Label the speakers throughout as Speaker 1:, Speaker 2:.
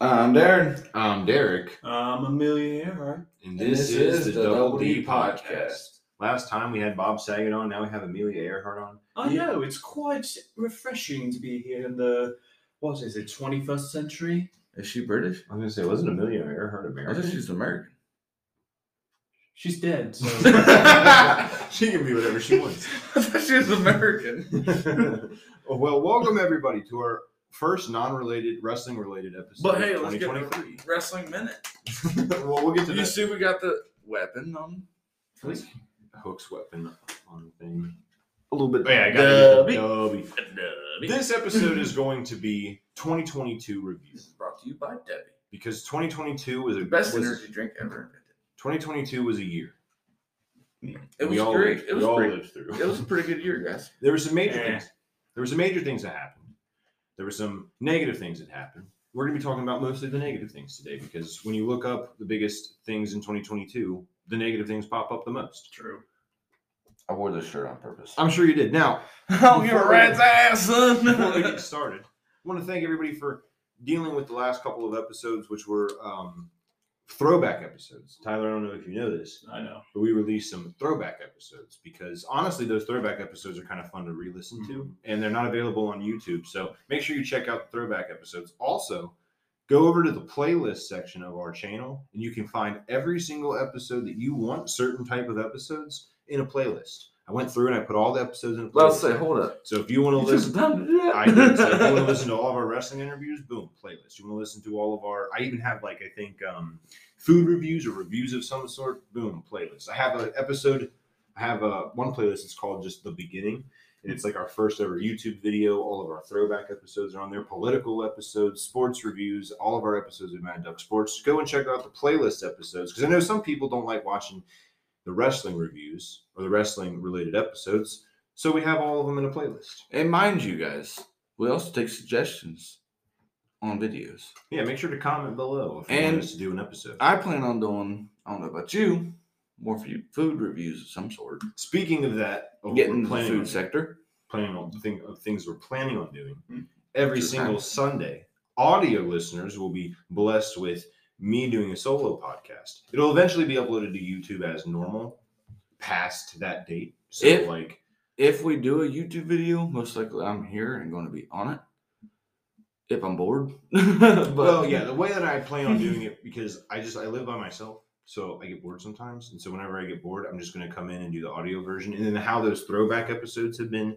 Speaker 1: Um,
Speaker 2: I'm Darren.
Speaker 1: I'm Derek,
Speaker 3: I'm Amelia Earhart.
Speaker 1: and this, is, the Double D, podcast. Last time we had Bob Saget on, now we have Amelia Earhart on.
Speaker 3: I
Speaker 2: Yeah.
Speaker 3: know, it's quite refreshing to be here in the, what is it, 21st century?
Speaker 2: Is she British?
Speaker 1: I was gonna say, wasn't Amelia Earhart
Speaker 2: I thought she
Speaker 1: American?
Speaker 2: was American.
Speaker 3: She's dead. So.
Speaker 1: she can be whatever she wants.
Speaker 2: I thought she was American.
Speaker 1: well, welcome everybody to our first non-related wrestling-related episode.
Speaker 2: But hey,
Speaker 1: of
Speaker 2: let's get
Speaker 1: 2023.
Speaker 2: Wrestling minute.
Speaker 1: well, we'll get to
Speaker 2: You
Speaker 1: that.
Speaker 2: see, we got the weapon on.
Speaker 1: Please. Hook's weapon on the thing. A little bit. yeah, I
Speaker 2: got it.
Speaker 1: Dubby. This episode is going to be 2022 review
Speaker 2: This is brought to you by Debbie.
Speaker 1: because 2022 was a
Speaker 2: The best
Speaker 1: was-
Speaker 2: energy drink ever.
Speaker 1: 2022 was a year.
Speaker 2: It
Speaker 1: we
Speaker 2: was
Speaker 1: all
Speaker 2: great.
Speaker 1: lived-
Speaker 2: It
Speaker 1: we
Speaker 2: was
Speaker 1: all
Speaker 2: pretty.
Speaker 1: lived through.
Speaker 2: It was a pretty good year, guys.
Speaker 1: There were some major
Speaker 3: Eh.
Speaker 1: things. There were some major things that happened. There were some negative things that happened. We're going to be talking about mostly the negative things today because when you look up the biggest things in 2022, the negative things pop up the most.
Speaker 3: True.
Speaker 2: I wore this shirt on purpose.
Speaker 1: I'm sure you did. Now,
Speaker 2: I don't give a rat's ass, son.
Speaker 1: before we get started, I want to thank everybody for dealing with the last couple of episodes, which were um, throwback episodes. Tyler, I don't know if you know this,
Speaker 3: I know.
Speaker 1: but we released some throwback episodes because honestly, those throwback episodes are kind of fun to re listen to and they're not available on YouTube. So make sure you check out the throwback episodes. Also, go over to the playlist section of our channel and you can find every single episode that you want, certain type of episodes in a playlist. I went through and I put all the episodes in a playlist.
Speaker 2: Let's say, hold up.
Speaker 1: so if you want to
Speaker 2: You took
Speaker 1: listen,
Speaker 2: the time to do that?
Speaker 1: I did. So if you want to listen to all of our wrestling interviews, boom, playlist. You want to listen to all of our, I even have like, I think, um, food reviews or reviews of some sort, boom, playlist. I have an episode, I have uh one playlist, it's called just The Beginning. And it's like our first ever YouTube video. All of our throwback episodes are on there, political episodes, sports reviews, all of our episodes of Mad Duck Sports. Go and check out the playlist episodes because I know some people don't like watching the wrestling reviews or the wrestling related episodes. So we have all of them in a playlist.
Speaker 2: And mind you, guys, we also take suggestions on videos.
Speaker 1: Yeah, make sure to comment below if you
Speaker 2: And-
Speaker 1: want us to do an episode.
Speaker 2: I plan on doing, I don't know about you, more food, food reviews of some sort.
Speaker 1: Speaking of that, of what
Speaker 2: Getting into the
Speaker 1: Oh, we're planning
Speaker 2: food
Speaker 1: on,
Speaker 2: sector.
Speaker 1: planning on thing of things we're planning on doing
Speaker 2: Hmm.
Speaker 3: Mm.
Speaker 1: every
Speaker 2: Sure.
Speaker 1: single Sunday. Audio listeners will be blessed with me doing a solo podcast. It'll eventually be uploaded to YouTube as normal, past that date. So
Speaker 2: If-
Speaker 1: like,
Speaker 2: If we do a YouTube video, most likely I'm here and going to be on it. If I'm bored. but
Speaker 1: well, yeah, the way that I plan on doing it because I just I live by myself. So I get bored sometimes, and so whenever I get bored, I'm just going to come in and do the audio version. And then how those throwback episodes have been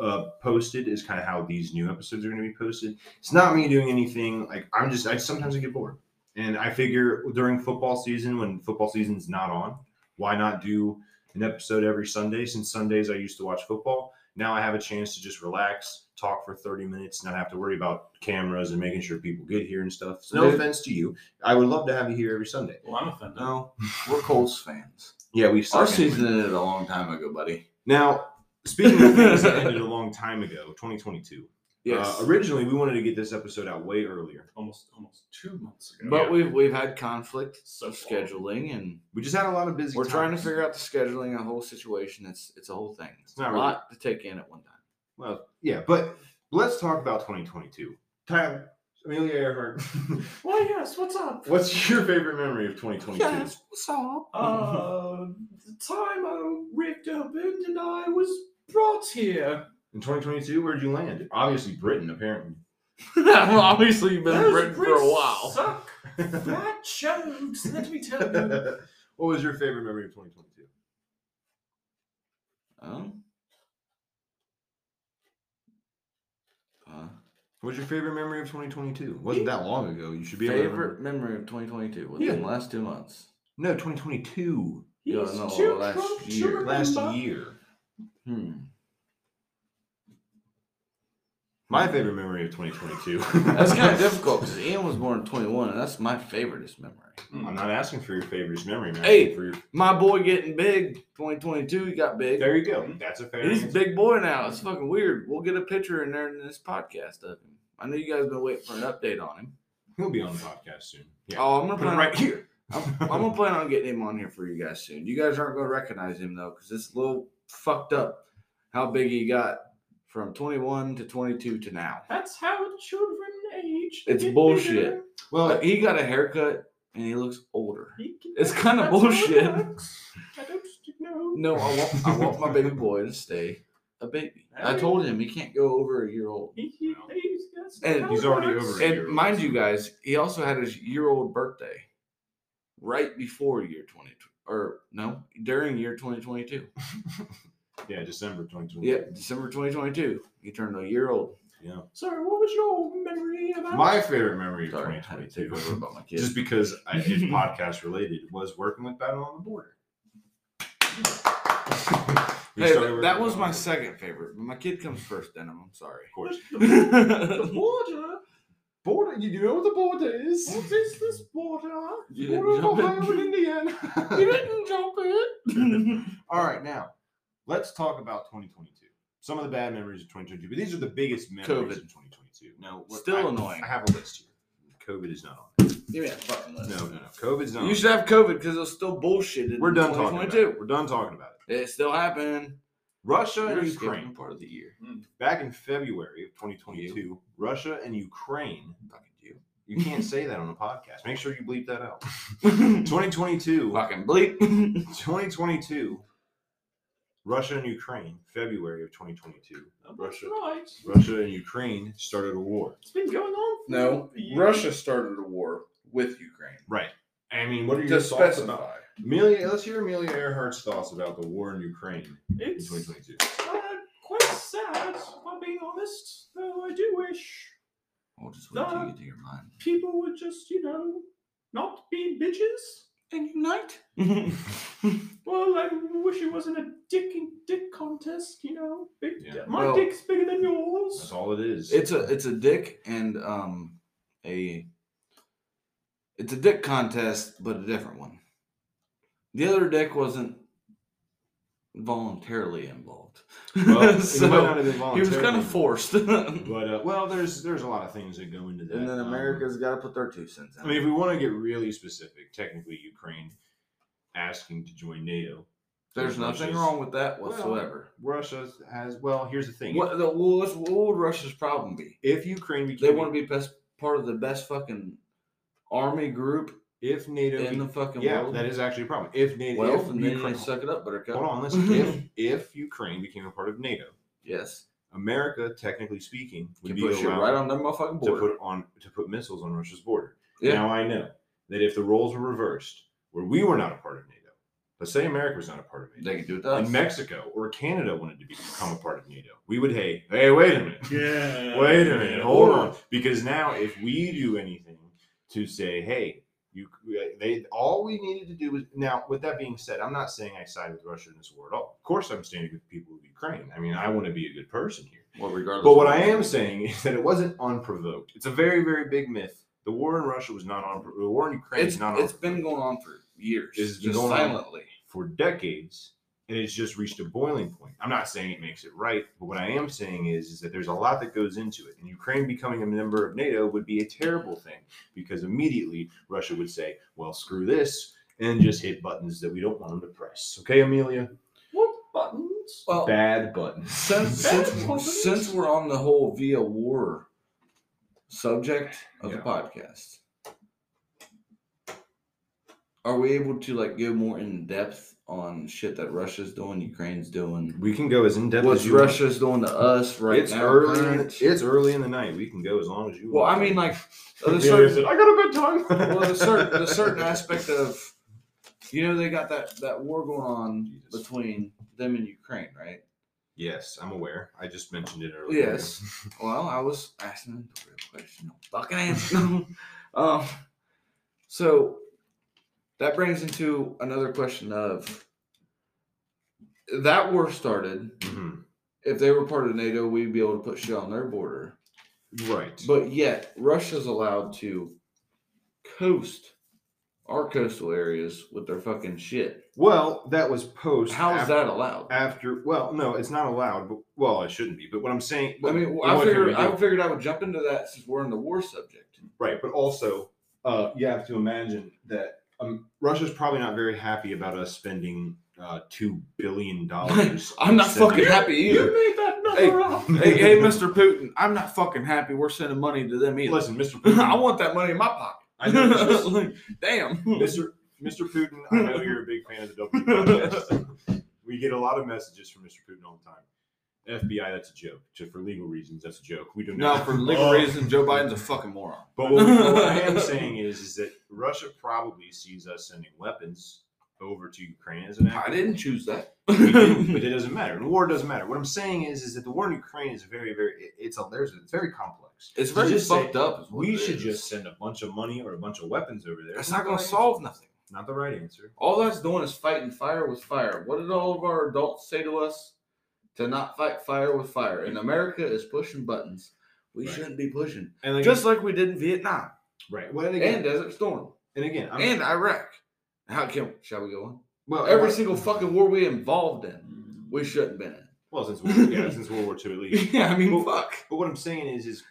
Speaker 1: uh, posted is kind of how these new episodes are going to be posted. It's not me doing anything like I'm just. I sometimes I get bored, and I figure during football season when football season's not on, why not do an episode every Sunday? Since Sundays I used to watch football, now I have a chance to just relax, talk for 30 minutes, not have to worry about cameras and making sure people get here and stuff. So no
Speaker 2: Dude.
Speaker 1: offense to you. I would love to have you here every Sunday.
Speaker 3: Well, I'm offended.
Speaker 2: No, we're Colts fans.
Speaker 1: Yeah, we
Speaker 2: Our
Speaker 1: suck.
Speaker 2: season ended a long time ago, buddy.
Speaker 1: Now, speaking of things that ended a long time ago, 2022. Uh, originally, we wanted to get this episode out way earlier.
Speaker 3: Almost, almost two months ago.
Speaker 2: but we've we've had conflict
Speaker 3: so
Speaker 2: of
Speaker 3: far.
Speaker 2: scheduling and
Speaker 1: We just had a lot of busy.
Speaker 2: we're trying to
Speaker 1: times.
Speaker 2: figure out the scheduling, the whole situation. It's it's a whole thing. It's
Speaker 1: not
Speaker 2: not a
Speaker 1: really-
Speaker 2: lot to take in at one time.
Speaker 1: Well, yeah, but let's talk about 2022. Tyler, Amelia Earhart,
Speaker 3: Well, yes, what's up?
Speaker 1: what's your favorite memory of 2022?
Speaker 2: what's up?
Speaker 3: Uh, the time I ripped opened and I was brought here.
Speaker 1: In 2022, where'd you land? Obviously, Britain, apparently.
Speaker 2: I've obviously been
Speaker 3: Those
Speaker 2: in Britain for a
Speaker 3: Brits
Speaker 2: while.
Speaker 3: Suck bad jokes, let me tell you.
Speaker 1: what was your favorite memory of 2022?
Speaker 2: Um, uh,
Speaker 1: What's your favorite memory of 2022? Wasn't that long ago. You should be able to
Speaker 2: favorite
Speaker 1: remember.
Speaker 2: memory of 2022 was
Speaker 1: Yeah.
Speaker 2: in the last two months.
Speaker 1: No, 2022.
Speaker 2: Yeah,
Speaker 3: He's
Speaker 2: no,
Speaker 3: too
Speaker 2: last
Speaker 3: drunk to
Speaker 2: year.
Speaker 1: Last
Speaker 3: remember.
Speaker 1: year.
Speaker 2: Hmm.
Speaker 1: My favorite memory of 2022.
Speaker 2: That's kind of difficult because Ian was born in 21, and that's my favoriteest memory.
Speaker 1: I'm not asking for your favorite memory, man.
Speaker 2: Hey.
Speaker 1: for your...
Speaker 2: My boy getting big, 2022, he got big.
Speaker 1: there you go. That's a fair.
Speaker 2: He's a
Speaker 1: answer.
Speaker 2: big boy now. It's fucking weird. We'll get a picture in there in this podcast of him. I know you guys been waiting for an update on him.
Speaker 1: He'll be on the podcast soon. Yeah.
Speaker 2: Oh, I'm gonna
Speaker 1: Put it
Speaker 2: plan
Speaker 1: right here.
Speaker 2: I'm, I'm gonna plan on getting him on here for you guys soon. You guys aren't gonna recognize him though, because it's a little fucked up how big he got from 21 to 22 to now.
Speaker 3: That's how children age. age.
Speaker 2: It's
Speaker 3: get
Speaker 2: bullshit.
Speaker 3: bigger.
Speaker 2: Well, he got a haircut and he looks older.
Speaker 3: He can-
Speaker 2: It's kinda
Speaker 3: that's how it
Speaker 2: bullshit.
Speaker 3: works. I don't know.
Speaker 2: No, I want I want my baby boy to stay a baby. I told him he can't go over a year old.
Speaker 3: He, he, he's, that's
Speaker 2: And
Speaker 3: how
Speaker 1: he's
Speaker 3: it
Speaker 1: already
Speaker 3: works.
Speaker 1: over it.
Speaker 2: And mind you guys, he also had his year old birthday right before year 20 or no, during year 2022.
Speaker 1: Yeah, December 2020.
Speaker 2: Yeah, December 2022. He turned a year old.
Speaker 1: Yeah.
Speaker 3: Sorry, what was your memory about?
Speaker 1: My favorite memory of
Speaker 2: Sorry, I had to take
Speaker 1: 2022,
Speaker 2: over about my
Speaker 1: just
Speaker 2: kids.
Speaker 1: because I, it's podcast related, was working with Battle on the Border. We
Speaker 2: Hey,
Speaker 1: started
Speaker 2: th-
Speaker 1: working
Speaker 2: that
Speaker 1: with
Speaker 2: was my
Speaker 1: Battle on the Border,
Speaker 2: second favorite. but My kid comes first, Denim. I'm sorry.
Speaker 1: Of course.
Speaker 3: The, the border?
Speaker 1: Border, you know what the border is?
Speaker 3: What is this border?
Speaker 2: You
Speaker 1: Border
Speaker 2: didn't
Speaker 1: of
Speaker 2: jump in.
Speaker 1: Ohio and Indiana.
Speaker 3: You didn't jump it.
Speaker 1: All right, now let's talk about 2022. Some of the bad memories of 2022, but these are the biggest memories
Speaker 2: COVID.
Speaker 1: of 2022. No,
Speaker 2: Still
Speaker 1: I,
Speaker 2: annoying.
Speaker 1: I have a list here. COVID is not on.
Speaker 2: Give me that fucking
Speaker 1: It.
Speaker 2: list.
Speaker 1: No, no, no. COVID's not.
Speaker 2: You
Speaker 1: on
Speaker 2: should have COVID because it was still bullshit.
Speaker 1: it. We're done talking about it.
Speaker 2: 2022.
Speaker 1: We're done talking about it.
Speaker 2: It still happened.
Speaker 1: Russia and
Speaker 2: You're skipping
Speaker 1: Ukraine.
Speaker 2: part of the year.
Speaker 1: Back in February of 2022, Russia and Ukraine.
Speaker 2: Fucking
Speaker 1: You can't say that on a podcast. Make sure you bleep that out.
Speaker 2: you.
Speaker 1: 2022.
Speaker 2: fucking bleep.
Speaker 1: 2022. Russia and Ukraine. February of 2022.
Speaker 3: That's
Speaker 1: Russia.
Speaker 3: right.
Speaker 1: Russia and Ukraine started a war.
Speaker 3: It's been going on for
Speaker 2: no,
Speaker 3: a year.
Speaker 2: Russia started a war with Ukraine.
Speaker 1: Right. I mean, what are your
Speaker 2: To
Speaker 1: thoughts
Speaker 2: specify.
Speaker 1: about Amelia? Let's hear Amelia Earhart's thoughts about the war in Ukraine in
Speaker 3: It's
Speaker 1: 2022.
Speaker 3: uh, quite sad, if I'm being honest, though I do wish
Speaker 2: I'll just wait till you get to your mind.
Speaker 3: people would just, you know, not be bitches.
Speaker 2: And unite.
Speaker 3: Well, I wish it wasn't a dick and dick contest, you know. Big,
Speaker 1: Yeah.
Speaker 3: My
Speaker 2: Well-
Speaker 3: dick's bigger than
Speaker 1: That's
Speaker 3: yours.
Speaker 1: all it is.
Speaker 2: It's a it's a dick and um a it's a dick contest, but a different one. The other dick wasn't voluntarily involved.
Speaker 1: well,
Speaker 2: So,
Speaker 1: it might not have been
Speaker 2: he was kind
Speaker 1: voluntarily,
Speaker 2: of forced. and
Speaker 1: But uh, well, there's there's a lot of things that go into that.
Speaker 2: then
Speaker 1: Um,
Speaker 2: America's got to put their two cents in.
Speaker 1: I mean, if we want to get really specific, technically Ukraine asking to join NATO.
Speaker 2: There's nothing wrong with that
Speaker 1: Well,
Speaker 2: whatsoever.
Speaker 1: Russia has well. Here's the thing:
Speaker 2: what, the, well, what's- what would Russia's problem be?
Speaker 1: if Ukraine
Speaker 2: They
Speaker 1: became
Speaker 2: want to be best part of the best fucking army group
Speaker 1: if NATO
Speaker 2: in
Speaker 1: be-
Speaker 2: the fucking
Speaker 1: yeah,
Speaker 2: world.
Speaker 1: that is actually a problem. If NATO,
Speaker 2: well,
Speaker 1: if
Speaker 2: then uh, they need
Speaker 1: Ukraine,
Speaker 2: to suck it up, Buttercup.
Speaker 1: hold on, listen. if if Ukraine became a part of NATO,
Speaker 2: Yes.
Speaker 1: America, technically speaking, would
Speaker 2: Can
Speaker 1: be
Speaker 2: put shit
Speaker 1: allowed
Speaker 2: right on that motherfucking
Speaker 1: to
Speaker 2: border.
Speaker 1: put on to put missiles on Russia's border.
Speaker 2: Yeah.
Speaker 1: Now I know that if the roles were reversed, where we were not a part of NATO, let's say America was not a part of NATO,
Speaker 2: they can do it to us.
Speaker 1: and Mexico or Canada wanted to become a part of NATO, we would hey hey wait a minute
Speaker 3: Yeah.
Speaker 1: wait a minute hold on because now if we do anything to say hey you they all we needed to do was now with that being said i'm not saying i side with russia in this war at all of course i'm standing with the people of ukraine i mean i want to be a good person here
Speaker 2: well, regardless.
Speaker 1: but
Speaker 2: of
Speaker 1: what I am saying is that it wasn't unprovoked. It's a very, very big myth. The war in Russia was not on. The war in Ukraine
Speaker 2: it's
Speaker 1: is not.
Speaker 2: it's
Speaker 1: unprovoked
Speaker 2: been going on for years,
Speaker 1: It's been
Speaker 2: just
Speaker 1: going on.
Speaker 2: silently.
Speaker 1: for decades, and it's just reached a boiling point. I'm not saying it makes it right, but what I am saying is, is that there's a lot that goes into it. And Ukraine becoming a member of NATO would be a terrible thing because immediately Russia would say, "Well, screw this," and just hit buttons that we don't want them to press. Okay, Amelia,
Speaker 3: What buttons?
Speaker 2: Well,
Speaker 1: bad buttons.
Speaker 2: since
Speaker 3: Bad
Speaker 2: since,
Speaker 3: companies.
Speaker 2: since we're on the whole via war subject of
Speaker 1: Yeah.
Speaker 2: the podcast, are we able to like go more in depth on shit that Russia's doing, Ukraine's doing,
Speaker 1: We can go as in depth
Speaker 2: what's
Speaker 1: as you want.
Speaker 2: Russia's doing to us right
Speaker 1: it's
Speaker 2: now?
Speaker 1: early. In
Speaker 2: current?
Speaker 1: the, it's early in the night. We can go as long as you.
Speaker 2: well, I
Speaker 1: want.
Speaker 2: mean, like,
Speaker 1: The
Speaker 2: there's
Speaker 1: other
Speaker 2: certain-
Speaker 1: said, I got a bedtime.
Speaker 2: well, the certain the certain aspect of you know they got that that war going on
Speaker 1: Jesus.
Speaker 2: between them and Ukraine, right?
Speaker 1: Yes, I'm aware. I just mentioned it earlier.
Speaker 2: Yes. Well, I was asking the real question. No fucking answer. um, so that brings into another question of that war started.
Speaker 1: Mhm.
Speaker 2: If they were part of NATO, we'd be able to put shit on their border.
Speaker 1: Right.
Speaker 2: But yet, Russia's allowed to coast our coastal areas with their fucking shit.
Speaker 1: Well, that was post.
Speaker 2: How's
Speaker 1: after,
Speaker 2: that allowed?
Speaker 1: After, well, no, it's not allowed. But well, it shouldn't be. But what I'm saying,
Speaker 2: I mean,
Speaker 1: what
Speaker 2: I
Speaker 1: can we
Speaker 2: figured
Speaker 1: do?
Speaker 2: I figured I would jump into that since we're in the war subject.
Speaker 1: right. But also, uh, you have to imagine that um, Russia's probably not very happy about us spending uh, two billion dollars.
Speaker 2: I'm not fucking happy
Speaker 3: You
Speaker 2: either.
Speaker 3: made that number
Speaker 2: Hey.
Speaker 3: up.
Speaker 2: hey, hey, Mr. Putin, I'm not fucking happy we're sending money to them either.
Speaker 1: Listen, Mr. Putin,
Speaker 2: I want that money in my pocket.
Speaker 1: I know this is-
Speaker 2: Like, Damn.
Speaker 1: Mr. Mr. Putin, I know you're a big fan of the W E podcast. we get a lot of messages from Mr. Putin all the time. FBI, that's a joke. Just for legal reasons, that's a joke. We do
Speaker 2: No,
Speaker 1: not.
Speaker 2: for legal
Speaker 1: Oh.
Speaker 2: reasons, Joe Biden's a fucking moron.
Speaker 1: But what, we, what I am saying is, is that Russia probably sees us sending weapons over to Ukraine as an
Speaker 2: I
Speaker 1: act.
Speaker 2: didn't choose that.
Speaker 1: We do, but it doesn't matter. And war doesn't matter. What I'm saying is, is that the war in Ukraine is very, very. it- It's a there's it's very complex.
Speaker 2: It's very
Speaker 1: You just
Speaker 2: fucked
Speaker 1: say,
Speaker 2: up. is what
Speaker 1: We
Speaker 2: it
Speaker 1: should
Speaker 2: is.
Speaker 1: just send a bunch of money or a bunch of weapons over there.
Speaker 2: That's
Speaker 1: It's
Speaker 2: not
Speaker 1: the
Speaker 2: going to
Speaker 1: right
Speaker 2: solve nothing.
Speaker 1: answer. Not the right answer.
Speaker 2: All that's doing is fighting fire with fire. What did all of our adults say to us? To not fight fire with fire. And America is pushing buttons. We
Speaker 1: Right.
Speaker 2: shouldn't be pushing.
Speaker 1: And like,
Speaker 2: Just like we did in Vietnam
Speaker 1: right. Well, and again,
Speaker 2: and Desert Storm
Speaker 1: and again, I'm,
Speaker 2: and Iraq. How can shall we go on?
Speaker 1: well,
Speaker 2: Every
Speaker 1: well,
Speaker 2: single fucking war we involved in, we shouldn't been
Speaker 1: Well, since World, yeah, since World War II at least.
Speaker 2: in. Yeah, I mean,
Speaker 1: Well,
Speaker 2: fuck.
Speaker 1: But what I'm saying is, is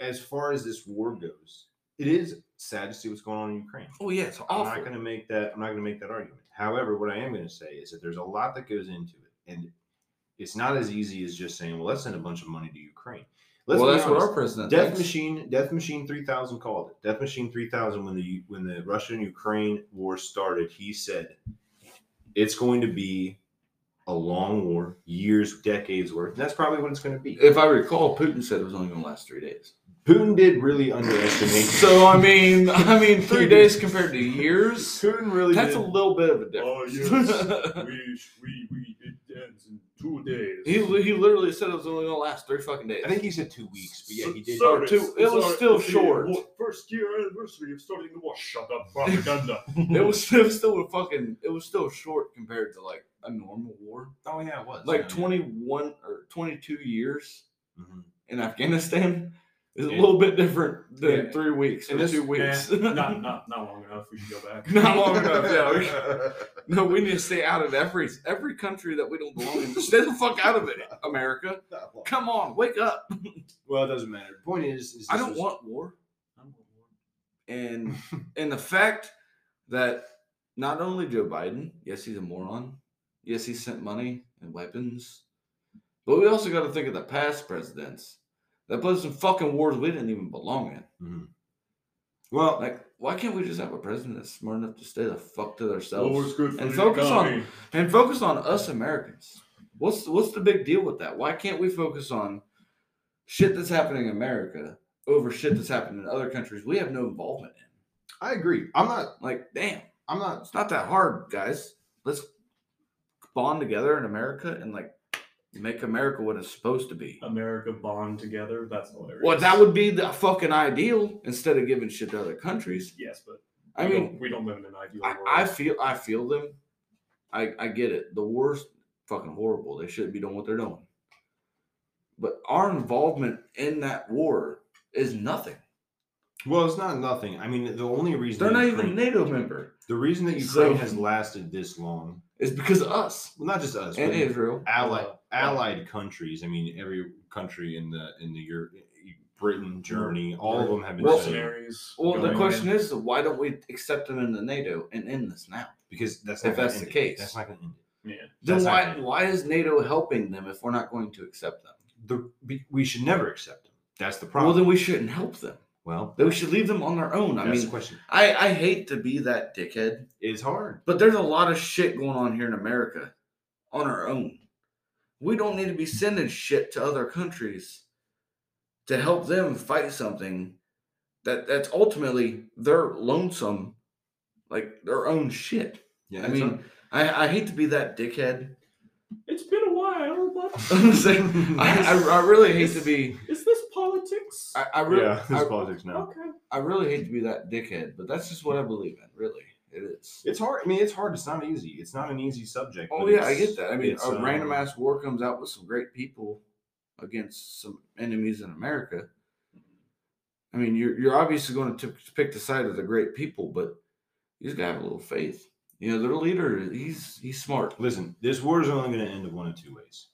Speaker 1: as far as this war goes, it is sad to see what's going on in Ukraine.
Speaker 2: Oh yeah, it's
Speaker 1: I'm not
Speaker 2: awful.
Speaker 1: going to make that. I'm not going to make that argument. However, what I am going to say is that there's a lot that goes into it, and it's not as easy as just saying, "Well, let's send a bunch of money to Ukraine." Let's
Speaker 2: well,
Speaker 1: be
Speaker 2: that's what
Speaker 1: honest.
Speaker 2: our president.
Speaker 1: Death
Speaker 2: thinks.
Speaker 1: Machine, Death Machine 3000 called it. Death Machine 3000 when the when the Russian Ukraine war started, he said it's going to be a long war, years, decades worth. And that's probably what it's going to be.
Speaker 2: If I recall, Putin said it was only going to last three days.
Speaker 1: Putin did really underestimate.
Speaker 2: So I mean, I mean, three days compared to years.
Speaker 1: Putin really
Speaker 2: That's
Speaker 1: did.
Speaker 2: a little bit of a
Speaker 3: Oh,
Speaker 2: difference.
Speaker 3: yes. we, we, we, it ends in two days.
Speaker 2: He, li- he literally said it was only gonna last three fucking days.
Speaker 1: I think he said 2 weeks, but yeah, he did.
Speaker 2: Sorry. two- it was still
Speaker 3: it's the
Speaker 2: short.
Speaker 3: wa- First year anniversary of starting the war. Shut up, propaganda.
Speaker 2: it was it was still a fucking it was still short compared to like a normal war.
Speaker 1: Oh yeah, it was.
Speaker 2: Like
Speaker 1: Yeah.
Speaker 2: twenty one or twenty two years
Speaker 1: Mhm.
Speaker 2: in Afghanistan is a
Speaker 1: Yeah.
Speaker 2: little bit different than
Speaker 1: Yeah.
Speaker 2: three weeks
Speaker 1: And
Speaker 2: or
Speaker 1: this-
Speaker 2: two weeks.
Speaker 3: not, not, not long enough. We should go back.
Speaker 2: Not long enough. Oh, Yeah. we- No, we need to stay out of every every country that we don't belong in. Stay the fuck out of it, America.
Speaker 1: Not long.
Speaker 2: Come on, wake up.
Speaker 1: Well, it doesn't matter. Point is, is
Speaker 2: I
Speaker 1: this
Speaker 2: don't
Speaker 1: was-
Speaker 2: want war. And and the fact that not only Joe Biden, yes, he's a moron. Yes, he sent money and weapons. But we also got to think of the past presidents that put us in fucking wars we didn't even belong in.
Speaker 1: Mhm. Well,
Speaker 2: Like, why can't we just have a president that's smart enough to stay the fuck to themselves?
Speaker 3: War is good for
Speaker 2: And
Speaker 3: the
Speaker 2: focus on-
Speaker 3: economy.
Speaker 2: and focus on us Americans. What's what's the big deal with that? Why can't we focus on shit that's happening in America over shit that's happening in other countries we have no involvement in?
Speaker 1: I agree. I'm not.
Speaker 2: Like, damn,
Speaker 1: I'm not
Speaker 2: it's not that hard, guys. Let's bond together in America and like make America what it's supposed to be.
Speaker 3: America bond together. That's hilarious.
Speaker 2: Well, that would be the fucking ideal instead of giving shit to other countries.
Speaker 3: Yes, but
Speaker 2: I
Speaker 3: we
Speaker 2: mean,
Speaker 3: don't, we don't live in an ideal
Speaker 2: I,
Speaker 3: world.
Speaker 2: I feel I feel them. I, I get it. The war's fucking horrible. They shouldn't be doing what they're doing. But our involvement in that war is nothing.
Speaker 1: Well, it's not nothing. I mean, the only reason
Speaker 2: They're
Speaker 1: that
Speaker 2: not
Speaker 1: Ukraine-
Speaker 2: even a NATO member.
Speaker 1: the reason that
Speaker 2: So-
Speaker 1: Ukraine has lasted this long.
Speaker 2: It's because of us
Speaker 1: Well, not just us,
Speaker 2: and
Speaker 1: but
Speaker 2: Israel.
Speaker 1: allied
Speaker 3: Uh,
Speaker 1: allied countries. I mean, every country in the in the Europe, Britain, Germany, all of them have been
Speaker 2: Well-
Speaker 1: saying,
Speaker 3: mercenaries.
Speaker 2: Well, the
Speaker 1: Going
Speaker 2: question is, why don't we accept them in the NATO and end this now?
Speaker 1: because that's
Speaker 2: If
Speaker 1: not gonna
Speaker 2: that's the
Speaker 1: end it.
Speaker 2: case.
Speaker 1: That's not going to end it.
Speaker 3: Yeah.
Speaker 2: Then
Speaker 1: That's not
Speaker 2: why
Speaker 1: gonna-
Speaker 2: why is NATO helping them if we're not going to accept them?
Speaker 1: The, we- we should never accept them. That's the
Speaker 2: Well,
Speaker 1: problem.
Speaker 2: then we shouldn't help them.
Speaker 1: Well,
Speaker 2: Then we should leave them on their own. I
Speaker 1: that's the
Speaker 2: mean,
Speaker 1: question.
Speaker 2: I, I hate to be that dickhead
Speaker 1: It's hard.
Speaker 2: But there's a lot of shit going on here in America on our own. We don't need to be sending shit to other countries to help them fight something that that's ultimately their lonesome, like their own shit. I
Speaker 1: Yeah, it's
Speaker 2: mean, I, I hate to be that dickhead.
Speaker 3: It's been a while, but
Speaker 2: I,
Speaker 1: hard.
Speaker 2: I, I really hate to be.
Speaker 3: is this politics?
Speaker 2: I, I really,
Speaker 1: yeah, it's
Speaker 2: I,
Speaker 1: politics now.
Speaker 3: okay.
Speaker 2: I really hate to be that dickhead, but that's just what I believe in. Really, it is.
Speaker 1: It's hard. I mean, it's hard. It's not easy. It's not an easy subject.
Speaker 2: Oh
Speaker 1: but
Speaker 2: yeah, I
Speaker 1: it's-
Speaker 2: get that. I mean,
Speaker 1: it's,
Speaker 2: a
Speaker 1: um,
Speaker 2: random ass war comes out with some great people against some enemies in America. I mean, you're you're obviously going to pick the side of the great people, but you just gotta have a little faith. You know, their leader, he's he's smart.
Speaker 1: Listen, this war is only going to end of one of two ways.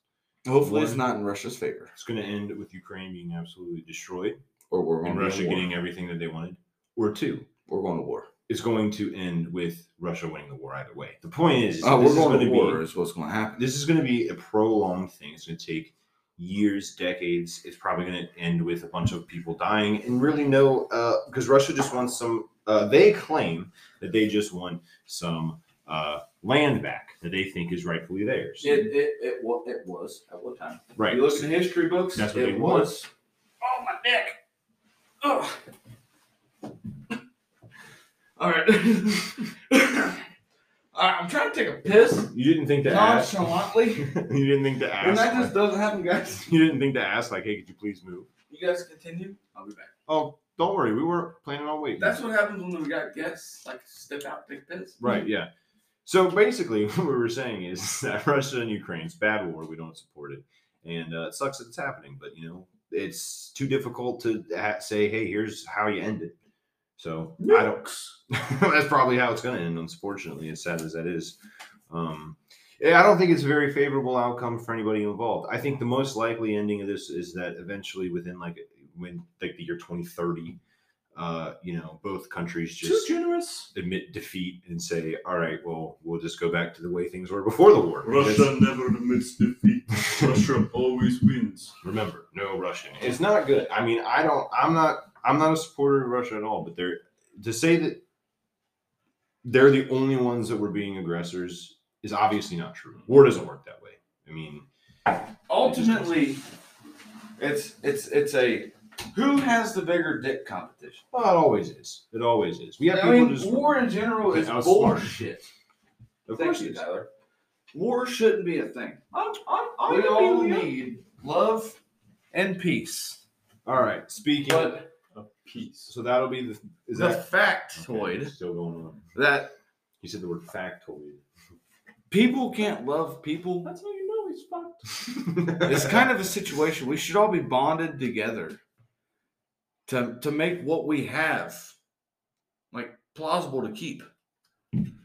Speaker 2: Hopefully, it's
Speaker 1: One-
Speaker 2: not in Russia's favor,
Speaker 1: It's going to end with Ukraine being absolutely destroyed
Speaker 2: or we're going
Speaker 1: and
Speaker 2: to
Speaker 1: Russia
Speaker 2: war.
Speaker 1: getting everything that they wanted. Or two,
Speaker 2: we're going to war.
Speaker 1: is going to end with Russia winning the war either way. The point is, is
Speaker 2: Oh,
Speaker 1: this
Speaker 2: we're
Speaker 1: is
Speaker 2: going to
Speaker 1: gonna
Speaker 2: war.
Speaker 1: Be,
Speaker 2: Is what's going to happen.
Speaker 1: this is going to be a prolonged thing. It's going to take years, decades. It's probably going to end with a bunch of people dying, and really no, because Russia just wants some. Uh, they claim that they just want some uh, land back that they think is rightfully theirs.
Speaker 2: It it it, wa- it was at one time.
Speaker 1: right.
Speaker 2: You look in history books.
Speaker 1: That's what
Speaker 2: it
Speaker 1: they want.
Speaker 2: was. Oh my neck. Ugh. All right. All right. I'm trying to take a piss
Speaker 1: You didn't think to ask.
Speaker 2: nonchalantly.
Speaker 1: you didn't think to
Speaker 2: When
Speaker 1: ask.
Speaker 2: that just
Speaker 1: like-
Speaker 2: doesn't happen, guys.
Speaker 1: you didn't think to ask like, hey, could you please move?
Speaker 2: You guys continue. I'll be back.
Speaker 1: Oh, don't worry, we were planning on waiting.
Speaker 2: That's what happens when we got guests like step out, take piss.
Speaker 1: Right, yeah. So basically, what we were saying is that Russia and Ukraine's bad war. We don't support it, and uh, it sucks that it's happening. But you know, it's too difficult to ha- say, "Hey, here's how you end it." So I don't. that's probably how it's going to end. Unfortunately, as sad as that is, um, yeah, I don't think it's a very favorable outcome for anybody involved. I think the most likely ending of this is that eventually, within like when like the year twenty thirty, uh, you know, both countries
Speaker 2: Too
Speaker 1: just
Speaker 2: generous.
Speaker 1: admit defeat and say, "All right, well, we'll just go back to the way things were before the war." Because-
Speaker 3: Russia never admits defeat. Russia always wins.
Speaker 1: remember, no Russian. It's not good. I mean, I don't. I'm not. I'm not a supporter of Russia at all. But they're to say that they're the only ones that were being aggressors is obviously not true. War doesn't work that way. I mean,
Speaker 2: Ultimately, it's it's it's a who has the bigger dick competition.
Speaker 1: well, it always is. It always is. We have
Speaker 2: I
Speaker 1: people
Speaker 2: mean,
Speaker 1: just
Speaker 2: war in general is
Speaker 1: Outsmart.
Speaker 2: bullshit.
Speaker 1: Of
Speaker 2: Thank
Speaker 1: course,
Speaker 2: you,
Speaker 1: it is.
Speaker 2: Tyler. War shouldn't be a thing.
Speaker 3: I'm, I'm,
Speaker 2: We all need love and peace.
Speaker 1: All right. Speaking.
Speaker 2: But
Speaker 3: peace.
Speaker 1: so that'll be the. Is
Speaker 2: the
Speaker 1: that
Speaker 2: factoid
Speaker 1: Okay, still going on?
Speaker 2: that
Speaker 1: You said the word factoid.
Speaker 2: people can't love people
Speaker 3: That's how you know he's fucked.
Speaker 2: it's kind of a situation. We should all be bonded together to to make what we have like plausible to keep.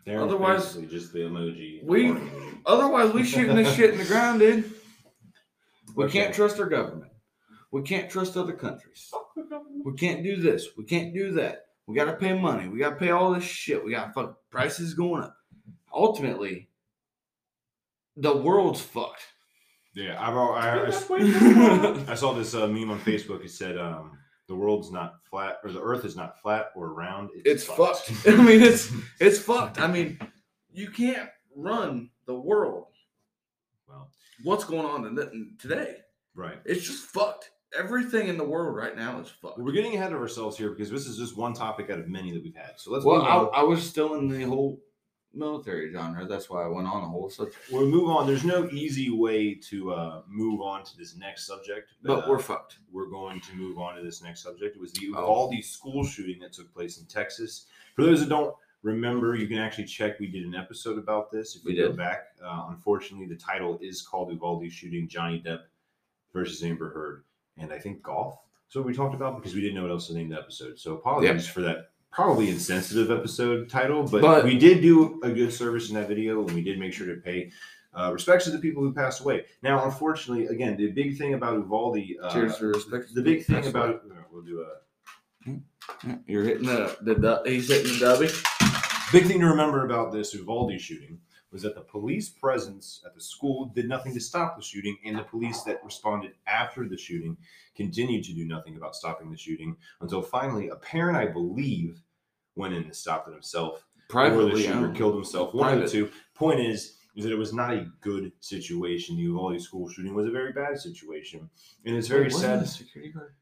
Speaker 1: They're
Speaker 2: Otherwise,
Speaker 1: basically just the emoji.
Speaker 2: we-
Speaker 1: or emoji.
Speaker 2: Otherwise, we shooting this shit in the ground, dude. We can't
Speaker 1: Okay.
Speaker 2: trust our government. We can't trust other countries. We can't do this. We can't do that. We gotta pay money. We gotta pay all this shit. We got fuck prices going up. Ultimately, the world's fucked.
Speaker 1: Yeah, I've al- I, I,
Speaker 2: Wait,
Speaker 1: I saw this uh, meme on Facebook. It said, um, "The world's not flat, or the Earth is not flat or round.
Speaker 2: It's fucked. I mean, it's- It's fucked. I mean, you can't run the world.
Speaker 1: well,
Speaker 2: What's going on in the- today?
Speaker 1: right.
Speaker 2: It's just fucked. Everything in the world right now is fucked.
Speaker 1: Well, we're getting ahead of ourselves here because this is just one topic out of many that we've had. So let's
Speaker 2: well,
Speaker 1: move on.
Speaker 2: I, I was still in the whole military genre. That's why I went on a whole subject.
Speaker 1: we'll move on. There's no easy way to uh, move on to this next subject,
Speaker 2: But
Speaker 1: uh,
Speaker 2: we're fucked.
Speaker 1: we're going to move on to this next subject. It was the
Speaker 2: Oh.
Speaker 1: Uvalde school shooting that took place in Texas. For those that don't remember, you can actually check. We did an episode about this. If
Speaker 2: We
Speaker 1: you go
Speaker 2: did.
Speaker 1: back, uh, unfortunately, the title is called Uvalde Shooting Johnny Depp versus Amber Heard, and I think golf. So we talked about because we didn't know what else to name the episode. So apologies for that. Probably insensitive episode title, but,
Speaker 2: But-
Speaker 1: we did do a good service in that video, and we did make sure to pay uh, respects to the people who passed away. Now, unfortunately, again, the big thing about Uvalde, uh,
Speaker 2: Cheers for respect.
Speaker 1: the big thing
Speaker 2: That's
Speaker 1: about uh, we'll do a
Speaker 2: right. you're hitting the the du- he's hitting the dubby.
Speaker 1: big thing to remember about this Uvalde shooting was that the police presence at the school did nothing to stop the shooting, and the police that responded after the shooting continued to do nothing about stopping the shooting until finally a parent, I believe, went in and stopped it himself or the
Speaker 2: Privately
Speaker 1: shooter
Speaker 2: owned.
Speaker 1: killed himself. One of
Speaker 2: Private.
Speaker 1: the two. Point is, is that it was not a good situation. The Uvalde school shooting was a very bad situation, and it's very
Speaker 2: Wait, wasn't
Speaker 1: sad.
Speaker 2: it a security guard?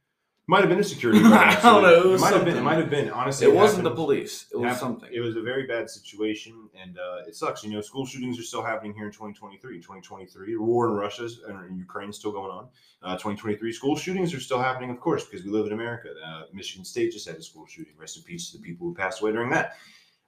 Speaker 1: Might have been a security guard.
Speaker 2: I don't
Speaker 1: actually.
Speaker 2: know, it
Speaker 1: It,
Speaker 2: was
Speaker 1: might have been. It
Speaker 2: something.
Speaker 1: might have been. Honestly,
Speaker 2: It wasn't the
Speaker 1: happened.
Speaker 2: police. It was
Speaker 1: happened.
Speaker 2: something.
Speaker 1: It was a very bad situation, and uh, it sucks. You know, school shootings are still happening here in 2023. 2023, war in Russia and in Ukraine still going on. Uh, 2023, school shootings are still happening, of course, because we live in America. Uh, Michigan State just had a school shooting. Rest in peace to the people who passed away during that.